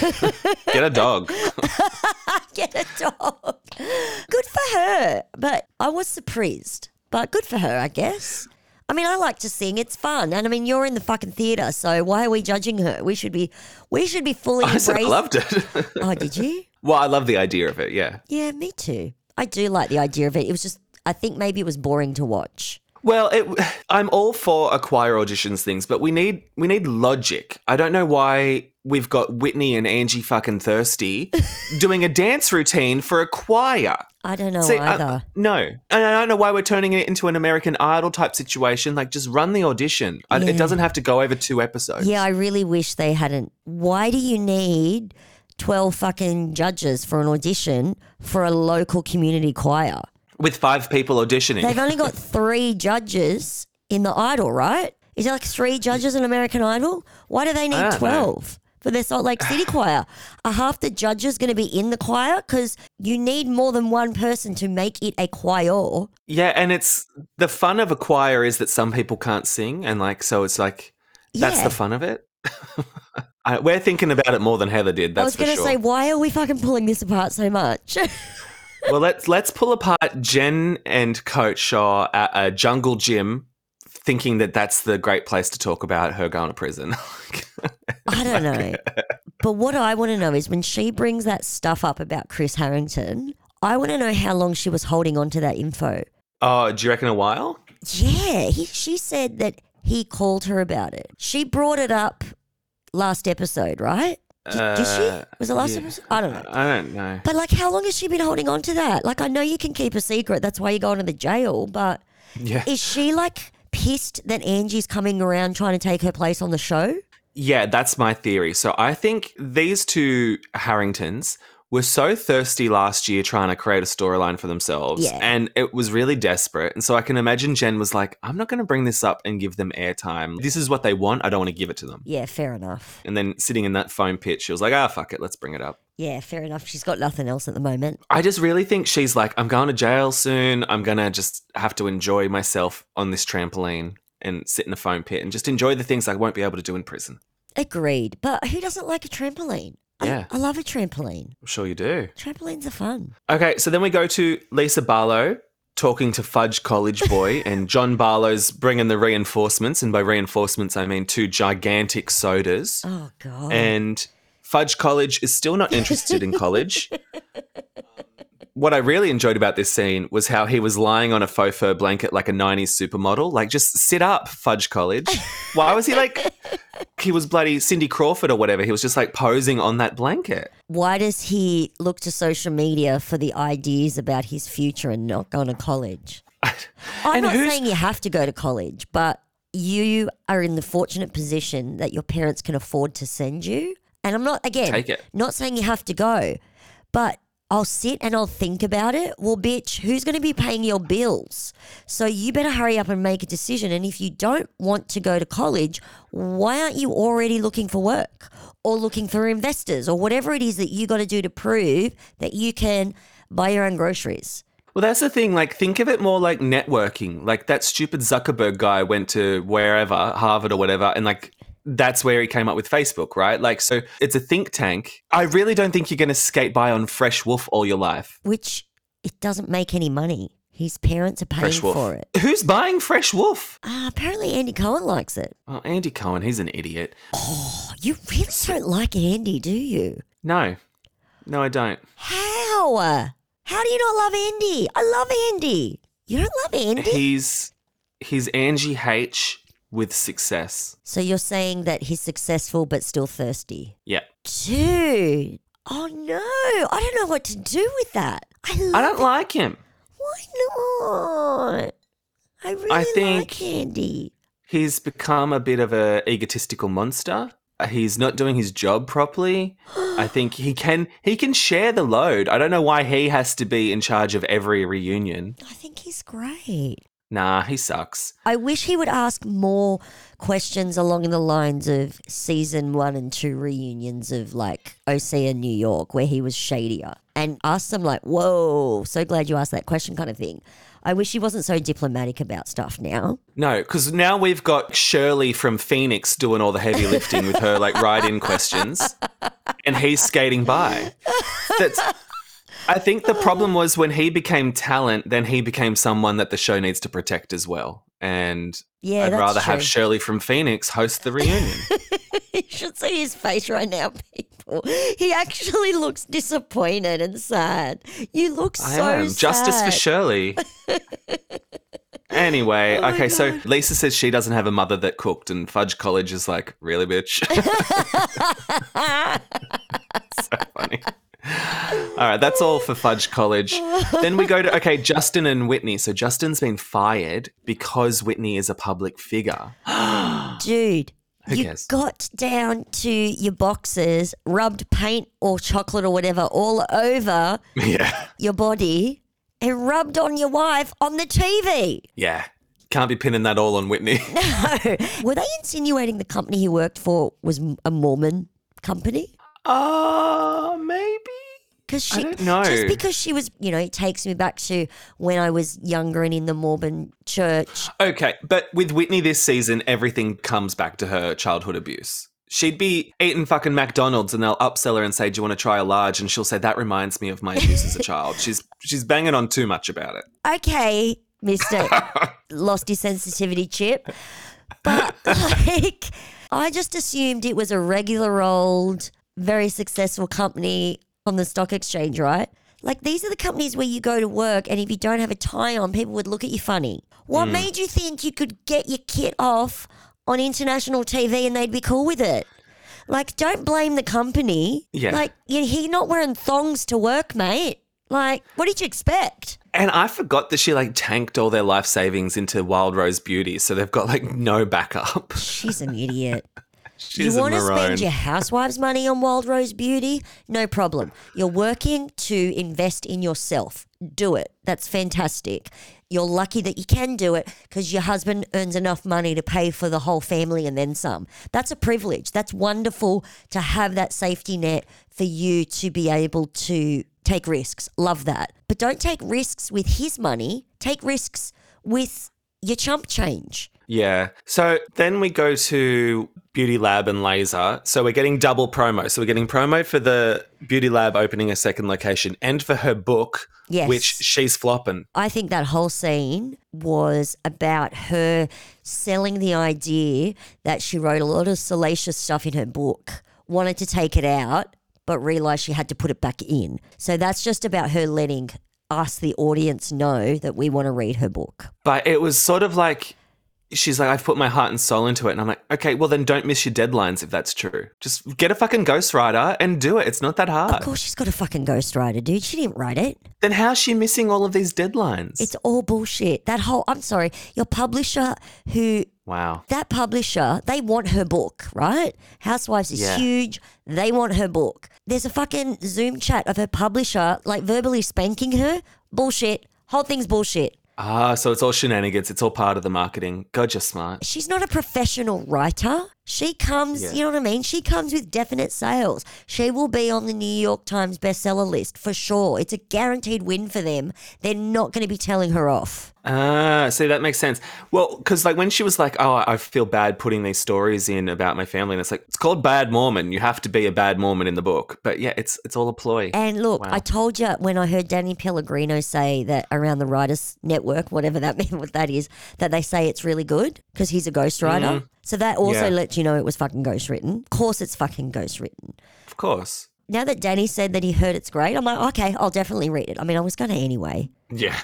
Speaker 7: get a dog.
Speaker 8: get a dog. Good for her. But I was surprised. But good for her, I guess. I mean, I like to sing. It's fun. And I mean, you're in the fucking theater, so why are we judging her? We should be we should be fully
Speaker 7: I said I
Speaker 8: embracing-
Speaker 7: loved it.
Speaker 8: Oh, did you?
Speaker 7: well, I love the idea of it. Yeah.
Speaker 8: Yeah, me too. I do like the idea of it. It was just I think maybe it was boring to watch.
Speaker 7: Well, it, I'm all for a choir auditions things, but we need we need logic. I don't know why we've got Whitney and Angie fucking thirsty doing a dance routine for a choir.
Speaker 8: I don't know
Speaker 7: See, I-
Speaker 8: Oh, either.
Speaker 7: no, and I don't know why we're turning it into an American Idol type situation. Like, just run the audition. I,
Speaker 8: Yeah.
Speaker 7: it doesn't have to go over two episodes.
Speaker 8: yeah, I really wish they hadn't. Why do you need 12 fucking judges for an audition for a local community choir?
Speaker 7: with five people auditioning.
Speaker 8: They've only got three judges in the Idol, right? Is there like three judges in American Idol? Why do they
Speaker 7: I
Speaker 8: need
Speaker 7: don't know.
Speaker 8: twelve for their Salt Lake City choir? Are half the judges going to be in the choir? Because you need more than one person to make it a choir.
Speaker 7: yeah, and it's the fun of a choir is that some people can't sing, and like, so it's like that's
Speaker 8: Yeah.
Speaker 7: the fun of it. I, we're thinking about it more than Heather did. That's
Speaker 8: I was
Speaker 7: for
Speaker 8: going to
Speaker 7: sure.
Speaker 8: say, why are we fucking pulling this apart so much?
Speaker 7: well, let's let's pull apart Jen and Coach Shaw at a jungle gym, thinking that that's the great place to talk about her going to prison.
Speaker 8: I don't know. But what I want to know is when she brings that stuff up about Chris Harrington, I want to know how long she was holding on to that info.
Speaker 7: oh, do you reckon a while?
Speaker 8: Yeah, he, she said that he called her about it. She brought it up last episode, right? Did, did she?
Speaker 7: Uh,
Speaker 8: Was it last
Speaker 7: yeah.
Speaker 8: episode? I don't know.
Speaker 7: I don't know.
Speaker 8: But like, how long has she been holding on to that? Like, I know you can keep a secret. That's why you go into the jail. But
Speaker 7: Yeah.
Speaker 8: is she like pissed that Angie's coming around trying to take her place on the show?
Speaker 7: Yeah, that's my theory. So I think these two Harringtons were so thirsty last year trying to create a storyline for themselves.
Speaker 8: Yeah.
Speaker 7: And it was really desperate. And so I can imagine Jen was like, I'm not going to bring this up and give them airtime. This is what they want. I don't want to give it to them.
Speaker 8: Yeah, fair enough.
Speaker 7: And then sitting in that foam pit, she was like, ah, fuck it, let's bring it up.
Speaker 8: Yeah, fair enough. She's got nothing else at the moment.
Speaker 7: I just really think she's like, I'm going to jail soon. I'm going to just have to enjoy myself on this trampoline and sit in a foam pit and just enjoy the things I won't be able to do in prison.
Speaker 8: Agreed. But who doesn't like a trampoline? I-
Speaker 7: Yeah.
Speaker 8: I love a trampoline.
Speaker 7: I'm sure you do.
Speaker 8: Trampolines are fun.
Speaker 7: Okay, so then we go to Lisa Barlow talking to Fudge College Boy, and John Barlow's bringing the reinforcements. And by reinforcements, I mean two gigantic sodas.
Speaker 8: Oh, God.
Speaker 7: And Fudge College is still not interested in college. Um, what I really enjoyed about this scene was how he was lying on a faux fur blanket like a 90s supermodel. Like, just sit up, Fudge College. Why was he like, he was bloody Cindy Crawford or whatever? He was just like posing on that blanket.
Speaker 8: Why does he look to social media for the ideas about his future and not going to college? I'm
Speaker 7: And
Speaker 8: not
Speaker 7: who's-
Speaker 8: saying you have to go to college, but you are in the fortunate position that your parents can afford to send you. And I'm not, again,
Speaker 7: Take it.
Speaker 8: not saying you have to go, but I'll sit and I'll think about it. Well, bitch, who's going to be paying your bills? So you better hurry up and make a decision. And if you don't want to go to college, why aren't you already looking for work or looking for investors or whatever it is that you got to do to prove that you can buy your own groceries?
Speaker 7: Well, that's the thing. Like, think of it more like networking. Like, that stupid Zuckerberg guy went to wherever, Harvard or whatever, and like, that's where he came up with Facebook, right? Like, so it's a think tank. I really don't think you're going to skate by on Fresh Wolf all your life.
Speaker 8: which it doesn't make any money. His parents are paying
Speaker 7: Fresh Wolf.
Speaker 8: for it.
Speaker 7: Who's buying Fresh Wolf?
Speaker 8: Ah, apparently, Andy Cohen likes it.
Speaker 7: Oh, Andy Cohen, he's an idiot.
Speaker 8: Oh, you really don't like Andy, do you?
Speaker 7: No, no, I don't.
Speaker 8: How? How do you not love Andy? I love Andy. You don't love Andy?
Speaker 7: He's he's Angie H with success.
Speaker 8: so you're saying that he's successful but still thirsty?
Speaker 7: Yeah,
Speaker 8: Dude. Oh, no. I don't know what to do with that. I, love
Speaker 7: I don't like him.
Speaker 8: Why not? I really
Speaker 7: think-
Speaker 8: like Andy.
Speaker 7: He's become a bit of a egotistical monster. Uh, He's not doing his job properly. I think he can he can share the load. I don't know why he has to be in charge of every reunion.
Speaker 8: I think he's great.
Speaker 7: Nah, he sucks.
Speaker 8: I wish he would ask more questions along the lines of season one and two reunions of like OC and New York, where he was shadier, and ask them like, "Whoa, so glad you asked that question," kind of thing. I wish he wasn't so diplomatic about stuff now.
Speaker 7: No, because now we've got Shirley from Phoenix doing all the heavy lifting with her like ride-in questions, and he's skating by. That's. I think the problem was when he became talent, then he became someone that the show needs to protect as well. And
Speaker 8: Yeah,
Speaker 7: I'd
Speaker 8: that's
Speaker 7: rather
Speaker 8: true.
Speaker 7: have Shirley from Phoenix host the reunion.
Speaker 8: you should see his face right now, people. He actually looks disappointed and sad. You look
Speaker 7: I
Speaker 8: so
Speaker 7: am. Justice for
Speaker 8: sad. Oh
Speaker 7: Shirley. anyway, okay, so Lisa says she doesn't have a mother that cooked, and Fudge College is like, really, bitch? so funny. All right, that's all for Fudge College. Then we go to, okay, Justin and Whitney. So Justin's been fired because Whitney is a public figure.
Speaker 8: Dude,
Speaker 7: Who
Speaker 8: you
Speaker 7: cares?
Speaker 8: got down to your boxes, rubbed paint or chocolate or whatever all over
Speaker 7: yeah.
Speaker 8: your body, and rubbed on your wife on the TV.
Speaker 7: Yeah. Can't be pinning that all on Whitney.
Speaker 8: Were they insinuating the company he worked for was m- a Mormon company?
Speaker 7: uh, maybe?
Speaker 8: Because she,
Speaker 7: I don't know.
Speaker 8: just because she was, you know, it takes me back to when I was younger and in the Mormon church.
Speaker 7: Okay, but with Whitney this season, everything comes back to her childhood abuse. She'd be eating fucking McDonald's and they'll upsell her and say, Do you want to try a large? And she'll say, That reminds me of my abuse as a child. She's she's banging on too much about it.
Speaker 8: Okay, Mister, lost his sensitivity chip, but like, I just assumed it was a regular old, very successful company on the stock exchange, right? Like these are the companies where you go to work, and if you don't have a tie on, people would look at you funny. What made you think you could get your kit off on international TV and they'd be cool with it? Like, don't blame the company.
Speaker 7: Yeah.
Speaker 8: Like, you- he not wearing thongs to work, mate. Like, what did you expect?
Speaker 7: And I forgot that she like tanked all their life savings into Wild Rose Beauty, so they've got like no backup.
Speaker 8: She's an idiot.
Speaker 7: She's
Speaker 8: you
Speaker 7: a
Speaker 8: want to
Speaker 7: maroon.
Speaker 8: spend your housewife's money on Wild Rose Beauty? No problem. You're working to invest in yourself. Do it. That's fantastic. You're lucky that you can do it because your husband earns enough money to pay for the whole family and then some. That's a privilege. That's wonderful to have that safety net for you to be able to take risks. Love that. But don't take risks with his money, take risks with your chump change.
Speaker 7: Yeah. So then we go to Beauty Lab and Laser. So we're getting double promo. So we're getting promo for the Beauty Lab opening a second location and for her book,
Speaker 8: Yes.
Speaker 7: which she's flopping.
Speaker 8: I think that whole scene was about her selling the idea that she wrote a lot of salacious stuff in her book, wanted to take it out, but realized she had to put it back in. So that's just about her letting us, the audience, know that we want to read her book.
Speaker 7: But it was sort of like she's like, I've put my heart and soul into it. And I'm like, okay, well then don't miss your deadlines if that's true. Just get a fucking ghostwriter and do it. It's not that
Speaker 8: Of
Speaker 7: hard.
Speaker 8: course, she's got a fucking ghostwriter, dude. She didn't write it.
Speaker 7: Then how's she missing all of these deadlines?
Speaker 8: It's all bullshit. That whole, I'm sorry, your publisher who
Speaker 7: wow.
Speaker 8: that publisher, they want her book, right? Housewives is
Speaker 7: Yeah.
Speaker 8: huge. They want her book. There's a fucking Zoom chat of her publisher, like verbally spanking her. Bullshit. Whole thing's bullshit.
Speaker 7: Ah, so it's all shenanigans. It's all part of the marketing. God, you're smart.
Speaker 8: She's not a professional writer. She comes, you know what I mean? She comes with definite sales. She will be on the New York Times bestseller list for sure. It's a guaranteed win for them. They're not going to be telling her off.
Speaker 7: Ah, see, that makes sense. Well, because like when she was like, oh, I feel bad putting these stories in about my family. And it's like, it's called Bad Mormon. You have to be a bad Mormon in the book. But yeah, it's it's all a ploy.
Speaker 8: And look, I told you when I heard Danny Pellegrino say that around the Writers Network, whatever that mean, what that is, that they say it's really good because he's a ghostwriter. So that also
Speaker 7: Yeah.
Speaker 8: lets you know it was fucking ghostwritten. Of course, it's fucking ghostwritten.
Speaker 7: of course.
Speaker 8: Now that Danny said that he heard it's great, I'm like, okay, I'll definitely read it. I mean, I was going to anyway.
Speaker 7: Yeah.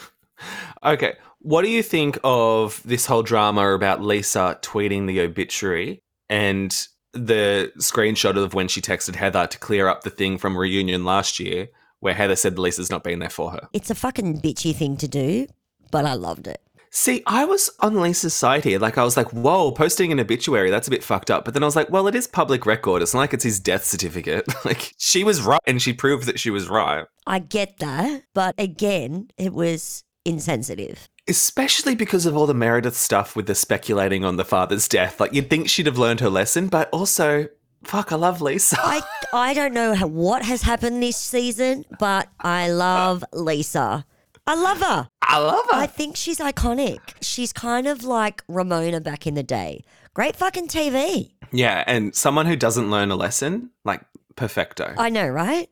Speaker 7: Okay. What do you think of this whole drama about Lisa tweeting the obituary and the screenshot of when she texted Heather to clear up the thing from reunion last year where Heather said Lisa's not been there for her?
Speaker 8: It's a fucking bitchy thing to do, but I loved it.
Speaker 7: See, I was on Lisa's side here. Like, I was like, whoa, posting an obituary, that's a bit fucked up. But then I was like, well, it is public record. It's not like it's his death certificate. like, she was right and she proved that she was right.
Speaker 8: I get that, but again, it was insensitive.
Speaker 7: Especially because of all the Meredith stuff with the speculating on the father's death. Like, you'd think she'd have learned her lesson, but also, fuck, I love Lisa.
Speaker 8: I I don't know how, what has happened this season, but I love Lisa. I love her.
Speaker 7: I love her.
Speaker 8: I think she's iconic. She's kind of like Ramona back in the day. Great fucking TV.
Speaker 7: yeah, and someone who doesn't learn a lesson, like, perfecto.
Speaker 8: I know, right?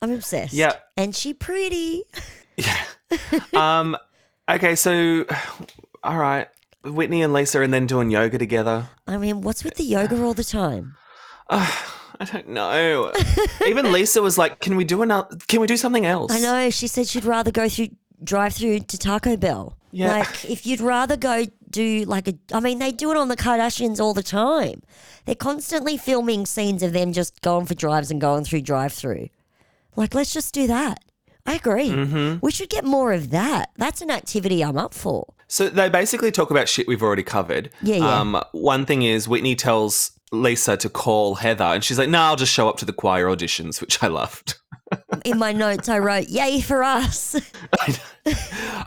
Speaker 8: I'm obsessed.
Speaker 7: Yeah.
Speaker 8: And she pretty.
Speaker 7: um, okay, so, all right. Whitney and Lisa, and then doing yoga together.
Speaker 8: I mean, what's with the yoga all the time?
Speaker 7: I don't know. Even Lisa was like, "Can we do another? Can we do something else?"
Speaker 8: I know. She said she'd rather go through drive through to Taco Bell.
Speaker 7: Yeah.
Speaker 8: Like if you'd rather go do like a I mean they do it on the Kardashians all the time. They're constantly filming scenes of them just going for drives and going through drive through. Like let's just do that. I agree. We should get more of that. That's an activity I'm up for.
Speaker 7: So they basically talk about shit we've already covered.
Speaker 8: Yeah, yeah.
Speaker 7: Um, one thing is Whitney tells Lisa to call Heather, and she's like, "No, I'll just show up to the choir auditions," which I loved.
Speaker 8: In my notes I wrote, Yay for us.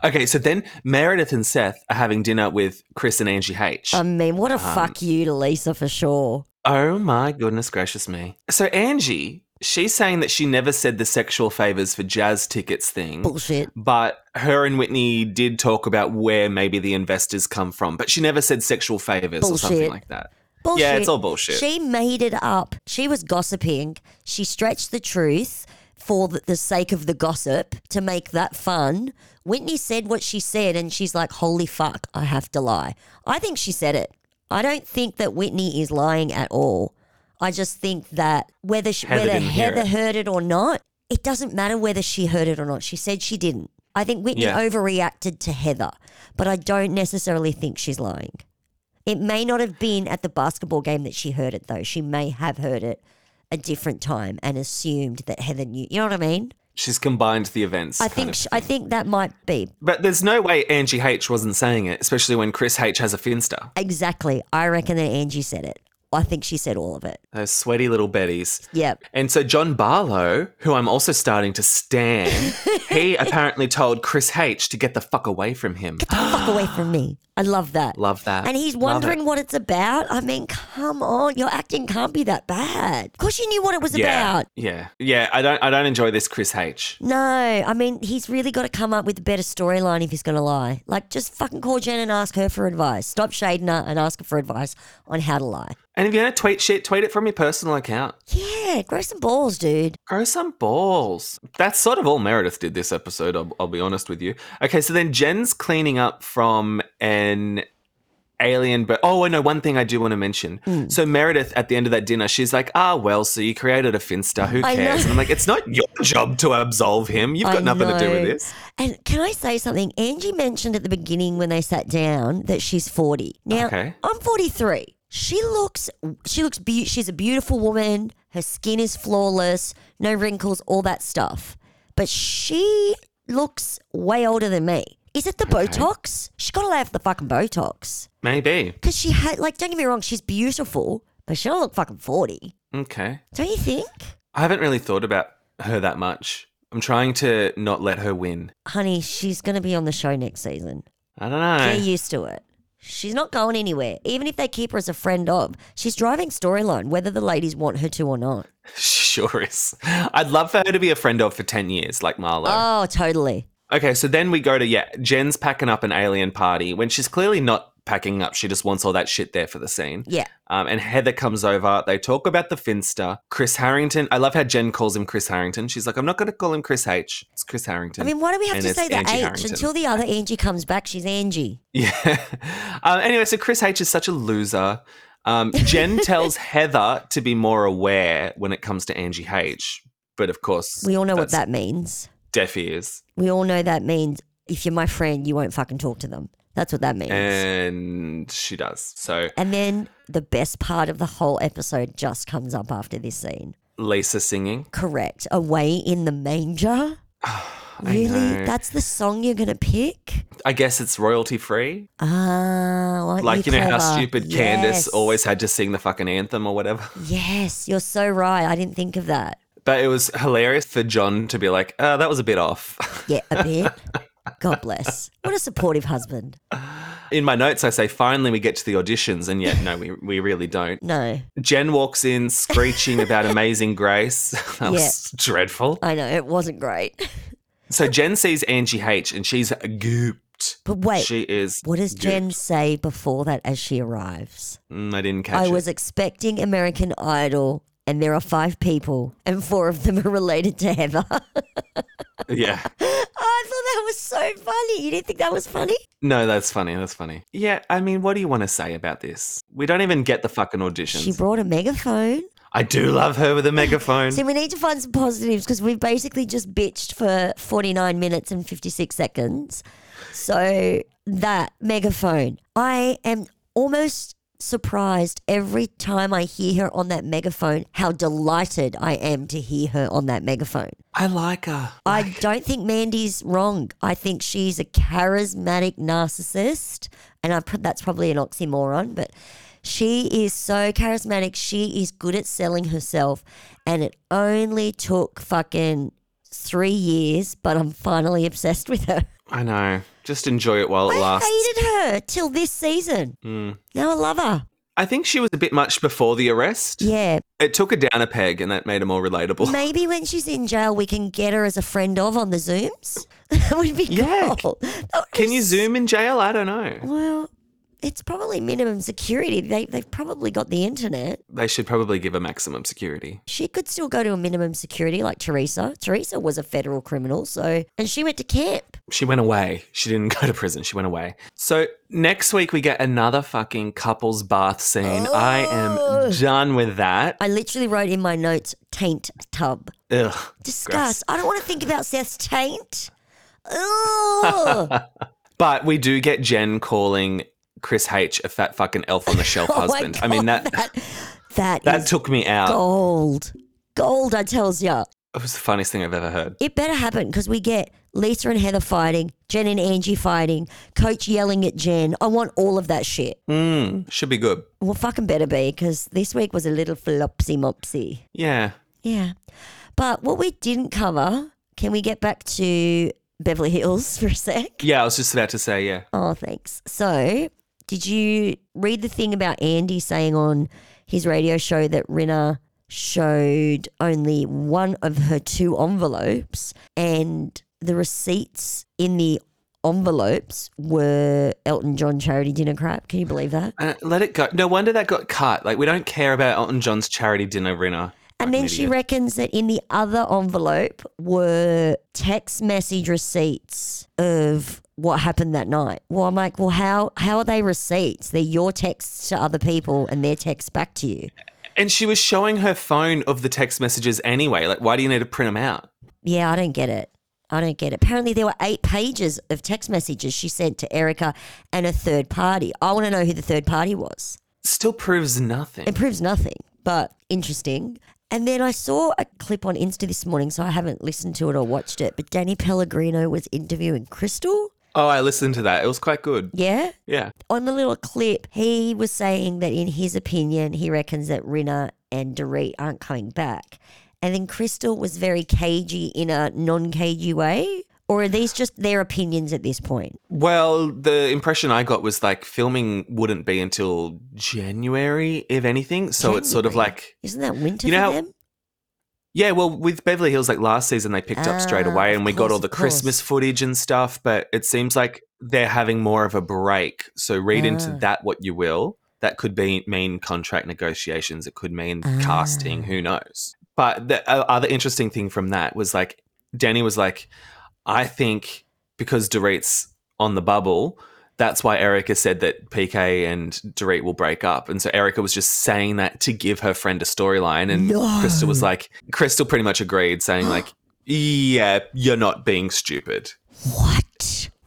Speaker 7: okay, so then Meredith and Seth are having dinner with Chris and Angie H.
Speaker 8: I mean, Um, what a fuck you to Lisa for sure.
Speaker 7: oh my goodness gracious me! So Angie, she's saying that she never said the sexual favors for jazz tickets thing.
Speaker 8: Bullshit.
Speaker 7: But her and Whitney did talk about where maybe the investors come from, but she never said sexual favors or something
Speaker 8: Bullshit.
Speaker 7: like that.
Speaker 8: Bullshit.
Speaker 7: Yeah, it's all bullshit.
Speaker 8: She made it up. She was gossiping. She stretched the truth for the, the sake of the gossip to make that fun. Whitney said what she said, and she's like, holy fuck, I have to lie. I think she said it. I don't think that Whitney is lying at all. I just think that whether she,
Speaker 7: Heather
Speaker 8: whether
Speaker 7: didn't hear
Speaker 8: Heather
Speaker 7: it.
Speaker 8: heard it or not, it doesn't matter whether she heard it or not. She said she didn't. I think Whitney
Speaker 7: Yeah.
Speaker 8: overreacted to Heather, but I don't necessarily think she's lying. It may not have been at the basketball game that she heard it, though. She may have heard it a different time and assumed that Heather knew. You know what I mean?
Speaker 7: She's combined the events.
Speaker 8: I
Speaker 7: kind
Speaker 8: think
Speaker 7: of.
Speaker 8: sh I think that might be
Speaker 7: but there's no way Angie H wasn't saying it, especially when Chris H has a finster.
Speaker 8: exactly. I reckon that Angie said it. I think she said all of it.
Speaker 7: Those sweaty little betties.
Speaker 8: Yep.
Speaker 7: And so John Barlow, who I'm also starting to stan, he apparently told Chris H to get the fuck away from him.
Speaker 8: Fuck away from me. I love that.
Speaker 7: Love that.
Speaker 8: And he's
Speaker 7: Uh, Love it.
Speaker 8: wondering what it's about. I mean, come on, your acting can't be that bad. Of course, you knew what it was
Speaker 7: yeah,
Speaker 8: about.
Speaker 7: yeah, yeah. I don't, I don't enjoy this Chris H.
Speaker 8: No, I mean, he's really got to come up with a better storyline if he's going to lie. Like, just fucking call Jen and ask her for advice. Stop shading her and ask her for advice on how to lie.
Speaker 7: And if you're gonna tweet shit, tweet it from your personal account.
Speaker 8: Yeah, grow some balls, dude.
Speaker 7: Grow some balls. That's sort of all Meredith did this episode, I'll, I'll be honest with you. Okay, so then Jen's cleaning up from an alien but oh i know one thing i do want to mention
Speaker 8: Hmm.
Speaker 7: so meredith at the end of that dinner she's like ah well so you created a finster who
Speaker 8: I know.
Speaker 7: cares and i'm like it's not your job to absolve him you've got
Speaker 8: I
Speaker 7: nothing to do with
Speaker 8: know.
Speaker 7: this
Speaker 8: And can I say something? Angie mentioned at the beginning when they sat down that she's 40. Now,
Speaker 7: Okay.
Speaker 8: I'm 43. She looks she looks be- she's a beautiful woman. Her skin is flawless, no wrinkles, all that stuff. But she looks way older than me. Is it the Botox? She's got to lay off the fucking Botox.
Speaker 7: maybe
Speaker 8: Because she had, like, don't get me wrong, she's beautiful, but she don't look fucking 40.
Speaker 7: okay
Speaker 8: Don't you think?
Speaker 7: i haven't really thought about her that much i'm trying to not let her win
Speaker 8: honey, she's going to be on the show next season.
Speaker 7: i don't know
Speaker 8: Get used to it. She's not going anywhere. Even if they keep her as a friend of, she's driving storyline, whether the ladies want her to or not.
Speaker 7: She sure is. I'd love for her to be a friend of for 10 years, like Marlo.
Speaker 8: Oh, totally.
Speaker 7: okay, so then we go to, yeah, Jen's packing up an alien party when she's clearly not packing up. She just wants all that shit there for the scene.
Speaker 8: Yeah.
Speaker 7: Um, and Heather comes over. They talk about the Finster. Chris Harrington. I love how Jen calls him Chris Harrington. She's like, I'm not going to call him Chris H. It's Chris Harrington.
Speaker 8: I mean, why do we have
Speaker 7: And
Speaker 8: to
Speaker 7: it's
Speaker 8: say the H
Speaker 7: Angie Harrington.
Speaker 8: until the other Angie comes back? She's Angie.
Speaker 7: Yeah. Um, anyway, so Chris H is such a loser. Um, Jen tells Heather to be more aware when it comes to Angie H. But of course,
Speaker 8: We all know what that means.
Speaker 7: deaf ears.
Speaker 8: We all know that means if you're my friend, you won't fucking talk to them. That's what that means.
Speaker 7: And she does. So
Speaker 8: and then the best part of the whole episode just comes up after this scene.
Speaker 7: Lisa singing.
Speaker 8: Correct. Away in the manger. really?
Speaker 7: know.
Speaker 8: That's the song you're going to pick?
Speaker 7: I guess it's royalty free.
Speaker 8: Ah, aren't
Speaker 7: Like, you know how
Speaker 8: clever?
Speaker 7: stupid Candace
Speaker 8: Yes.
Speaker 7: always had to sing the fucking anthem or whatever.
Speaker 8: Yes, you're so right. I didn't think of that.
Speaker 7: But it was hilarious for John to be like, uh, that was a bit off.
Speaker 8: Yeah, a bit. God bless. What a supportive husband.
Speaker 7: In my notes, I say, finally we get to the auditions. And yet, no, we, we really don't.
Speaker 8: No,
Speaker 7: Jen walks in screeching about Amazing Grace. that was dreadful.
Speaker 8: I know it wasn't great.
Speaker 7: So Jen sees Angie H and she's gooped.
Speaker 8: But wait,
Speaker 7: She is.
Speaker 8: what does
Speaker 7: gooped.
Speaker 8: Jen say before that as she arrives?
Speaker 7: Mm, I didn't catch
Speaker 8: I
Speaker 7: it.
Speaker 8: was expecting American Idol, and there are five people, and four of them are related to Heather. I thought
Speaker 7: Yeah.
Speaker 8: that was so funny. You didn't think that was funny?
Speaker 7: No, that's funny. That's funny. Yeah, I mean, what do you want to say about this? We don't even get the fucking auditions.
Speaker 8: She brought a megaphone.
Speaker 7: I do love her with a megaphone.
Speaker 8: See, we need to find some positives because we basically just bitched for 49 minutes and 56 seconds. So, that megaphone, I am almost surprised every time I hear her on that megaphone how delighted I am to hear her on that megaphone.
Speaker 7: I like her.
Speaker 8: I don't think Mandy's wrong. I think she's a charismatic narcissist, and I put that's probably an oxymoron, but she is so charismatic. She is good at selling herself, and it only took fucking three years, but I'm finally obsessed with her.
Speaker 7: I know. Just enjoy it while it lasts.
Speaker 8: I hated her till this season.
Speaker 7: Hmm.
Speaker 8: Now I love her.
Speaker 7: I think she was a bit much before the arrest.
Speaker 8: Yeah,
Speaker 7: It took her down a peg and that made her more relatable.
Speaker 8: Maybe when she's in jail, we can get her as a friend of on the Zooms. that would be
Speaker 7: Yeah.
Speaker 8: cool. That would
Speaker 7: Can
Speaker 8: be
Speaker 7: you zoom in jail? I don't know.
Speaker 8: Well, it's probably minimum security. They, they've probably got the internet.
Speaker 7: They should probably give her maximum security.
Speaker 8: She could still go to a minimum security like Teresa. Teresa was a federal criminal, so, and she went to camp.
Speaker 7: She went away. She didn't go to prison. She went away. So next week we get another fucking couples bath scene. I am done with that.
Speaker 8: I literally wrote in my notes, taint tub.
Speaker 7: Ugh.
Speaker 8: Disgust. I don't want to think about Seth's taint. Oh Ugh.
Speaker 7: But we do get Jen calling Chris H a fat fucking elf on the shelf
Speaker 8: Oh my
Speaker 7: husband. I mean
Speaker 8: God,
Speaker 7: that that,
Speaker 8: that, is
Speaker 7: took me out.
Speaker 8: gold. Gold, I tells ya.
Speaker 7: It was the funniest thing I've ever heard.
Speaker 8: It better happen because we get Lisa and Heather fighting, Jen and Angie fighting, Coach yelling at Jen. I want all of that shit.
Speaker 7: Mm, should be good.
Speaker 8: Well, fucking better be because this week was a little flopsy mopsy.
Speaker 7: Yeah.
Speaker 8: Yeah. But what we didn't cover, can we get back to Beverly Hills for a sec?
Speaker 7: Yeah, I was just about to say, yeah.
Speaker 8: Oh, thanks. So, did you read the thing about Andy saying on his radio show that Rinna showed only one of her two envelopes and the receipts in the envelopes were Elton John charity dinner crap? Can you believe that?
Speaker 7: Uh, let it go. No wonder that got cut. Like, we don't care about Elton John's charity dinner, Rinna. like
Speaker 8: and
Speaker 7: an
Speaker 8: then she
Speaker 7: idiot.
Speaker 8: reckons that in the other envelope were text message receipts of what happened that night. Well, I'm like, well, how how are they receipts? They're your texts to other people and their texts back to you.
Speaker 7: and she was showing her phone of the text messages anyway. Like, why do you need to print them out?
Speaker 8: Yeah, I don't get it. I don't get it. Apparently, there were eight pages of text messages she sent to Erica and a third party. I want to know who the third party was.
Speaker 7: Still proves nothing.
Speaker 8: It proves nothing, but interesting. And then I saw a clip on Insta this morning, so I haven't listened to it or watched it. But Danny Pellegrino was interviewing Crystal.
Speaker 7: Oh, I listened to that. It was quite good.
Speaker 8: Yeah.
Speaker 7: Yeah.
Speaker 8: On the little clip, he was saying that in his opinion, he reckons that Rinna and Dorit aren't coming back. And then Crystal was very cagey in a non cagey way. Or are these just their opinions at this point?
Speaker 7: Well, the impression I got was like filming wouldn't be until January, if anything. So it's sort of
Speaker 8: January?
Speaker 7: like,
Speaker 8: Isn't that winter
Speaker 7: You know
Speaker 8: for
Speaker 7: how-
Speaker 8: them?
Speaker 7: yeah, well, with Beverly Hills, like last season, they picked up straight
Speaker 8: Ah,
Speaker 7: away
Speaker 8: of
Speaker 7: and we got
Speaker 8: course,
Speaker 7: all the
Speaker 8: of course.
Speaker 7: Christmas footage and stuff. But it seems like they're having more of a break. So read into
Speaker 8: Ah.
Speaker 7: that what you will. That could be mean contract negotiations. It could mean
Speaker 8: Ah.
Speaker 7: casting. Who knows? But the uh, other interesting thing from that was like, Danny was like, I think because Dorit's on the bubble, that's why Erica said that PK and Dorit will break up. And so Erica was just saying that to give her friend a storyline. And Crystal was like, Crystal pretty much agreed, saying, like, yeah, you're not being stupid.
Speaker 8: What?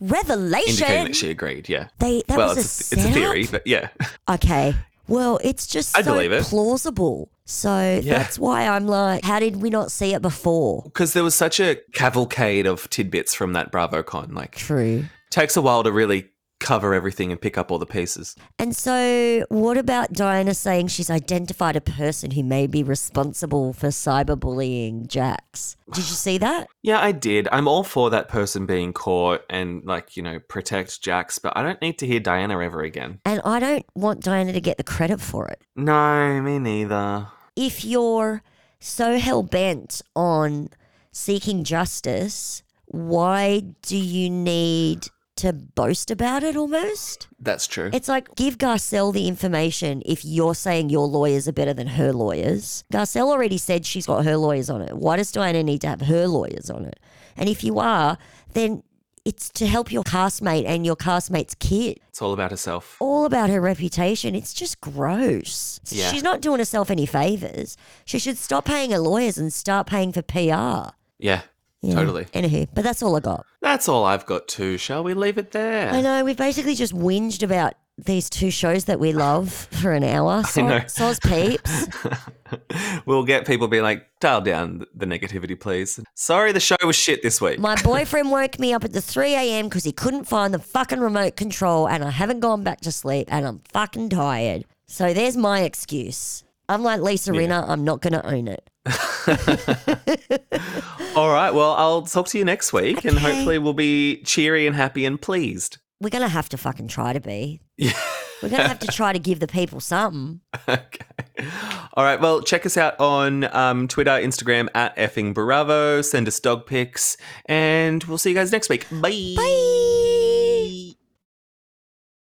Speaker 7: Indicating
Speaker 8: Revelation.
Speaker 7: that she agreed. Yeah.
Speaker 8: They, that
Speaker 7: well,
Speaker 8: was
Speaker 7: it's,
Speaker 8: a,
Speaker 7: a, it's a
Speaker 8: setup?
Speaker 7: theory, but yeah.
Speaker 8: Okay. Well, it's just
Speaker 7: I
Speaker 8: so
Speaker 7: believe it.
Speaker 8: plausible. So
Speaker 7: Yeah.
Speaker 8: that's why I'm like, how did we not see it before?
Speaker 7: Because there was such a cavalcade of tidbits from that BravoCon. Like,
Speaker 8: True.
Speaker 7: takes a while to really cover everything and pick up all the pieces.
Speaker 8: And so, what about Diana saying she's identified a person who may be responsible for cyberbullying Jax? Did you see that?
Speaker 7: Yeah, I did. I'm all for that person being caught and like, you know, protect Jax, but I don't need to hear Diana ever again.
Speaker 8: And I don't want Diana to get the credit for it.
Speaker 7: No, me neither.
Speaker 8: If you're so hell bent on seeking justice, why do you need to boast about it almost?
Speaker 7: That's true.
Speaker 8: It's like give Garcelle the information if you're saying your lawyers are better than her lawyers. Garcelle already said she's got her lawyers on it. Why does Diana need to have her lawyers on it? And if you are, then it's to help your castmate and your castmate's kid.
Speaker 7: It's all about herself.
Speaker 8: All about her reputation. It's just gross.
Speaker 7: Yeah.
Speaker 8: She's not doing herself any favors. She should stop paying her lawyers and start paying for PR.
Speaker 7: Yeah,
Speaker 8: Yeah.
Speaker 7: totally.
Speaker 8: Anywho, but that's all I got.
Speaker 7: That's all I've got too. Shall we leave it there?
Speaker 8: I know we've basically just whinged about these two shows that we love for an hour. So,
Speaker 7: know.
Speaker 8: Soz peeps.
Speaker 7: we'll get people being like, dial down th- the negativity, please. Sorry, the show was shit this week.
Speaker 8: My boyfriend woke me up at the 3 a.m. because he couldn't find the fucking remote control, and I haven't gone back to sleep, and I'm fucking tired. So there's my excuse. I'm like Lisa Rinna. I'm not going to own it.
Speaker 7: all right, well, I'll talk to you next week and
Speaker 8: Okay.
Speaker 7: hopefully we'll be cheery and happy and pleased.
Speaker 8: We're going to have to fucking try to be.
Speaker 7: Yeah.
Speaker 8: We're going to have to try to give the people something.
Speaker 7: okay. All right. Well, check us out on um, Twitter, Instagram at effing Bravo. Send us dog pics, and we'll see you guys next week. Bye.
Speaker 8: Bye.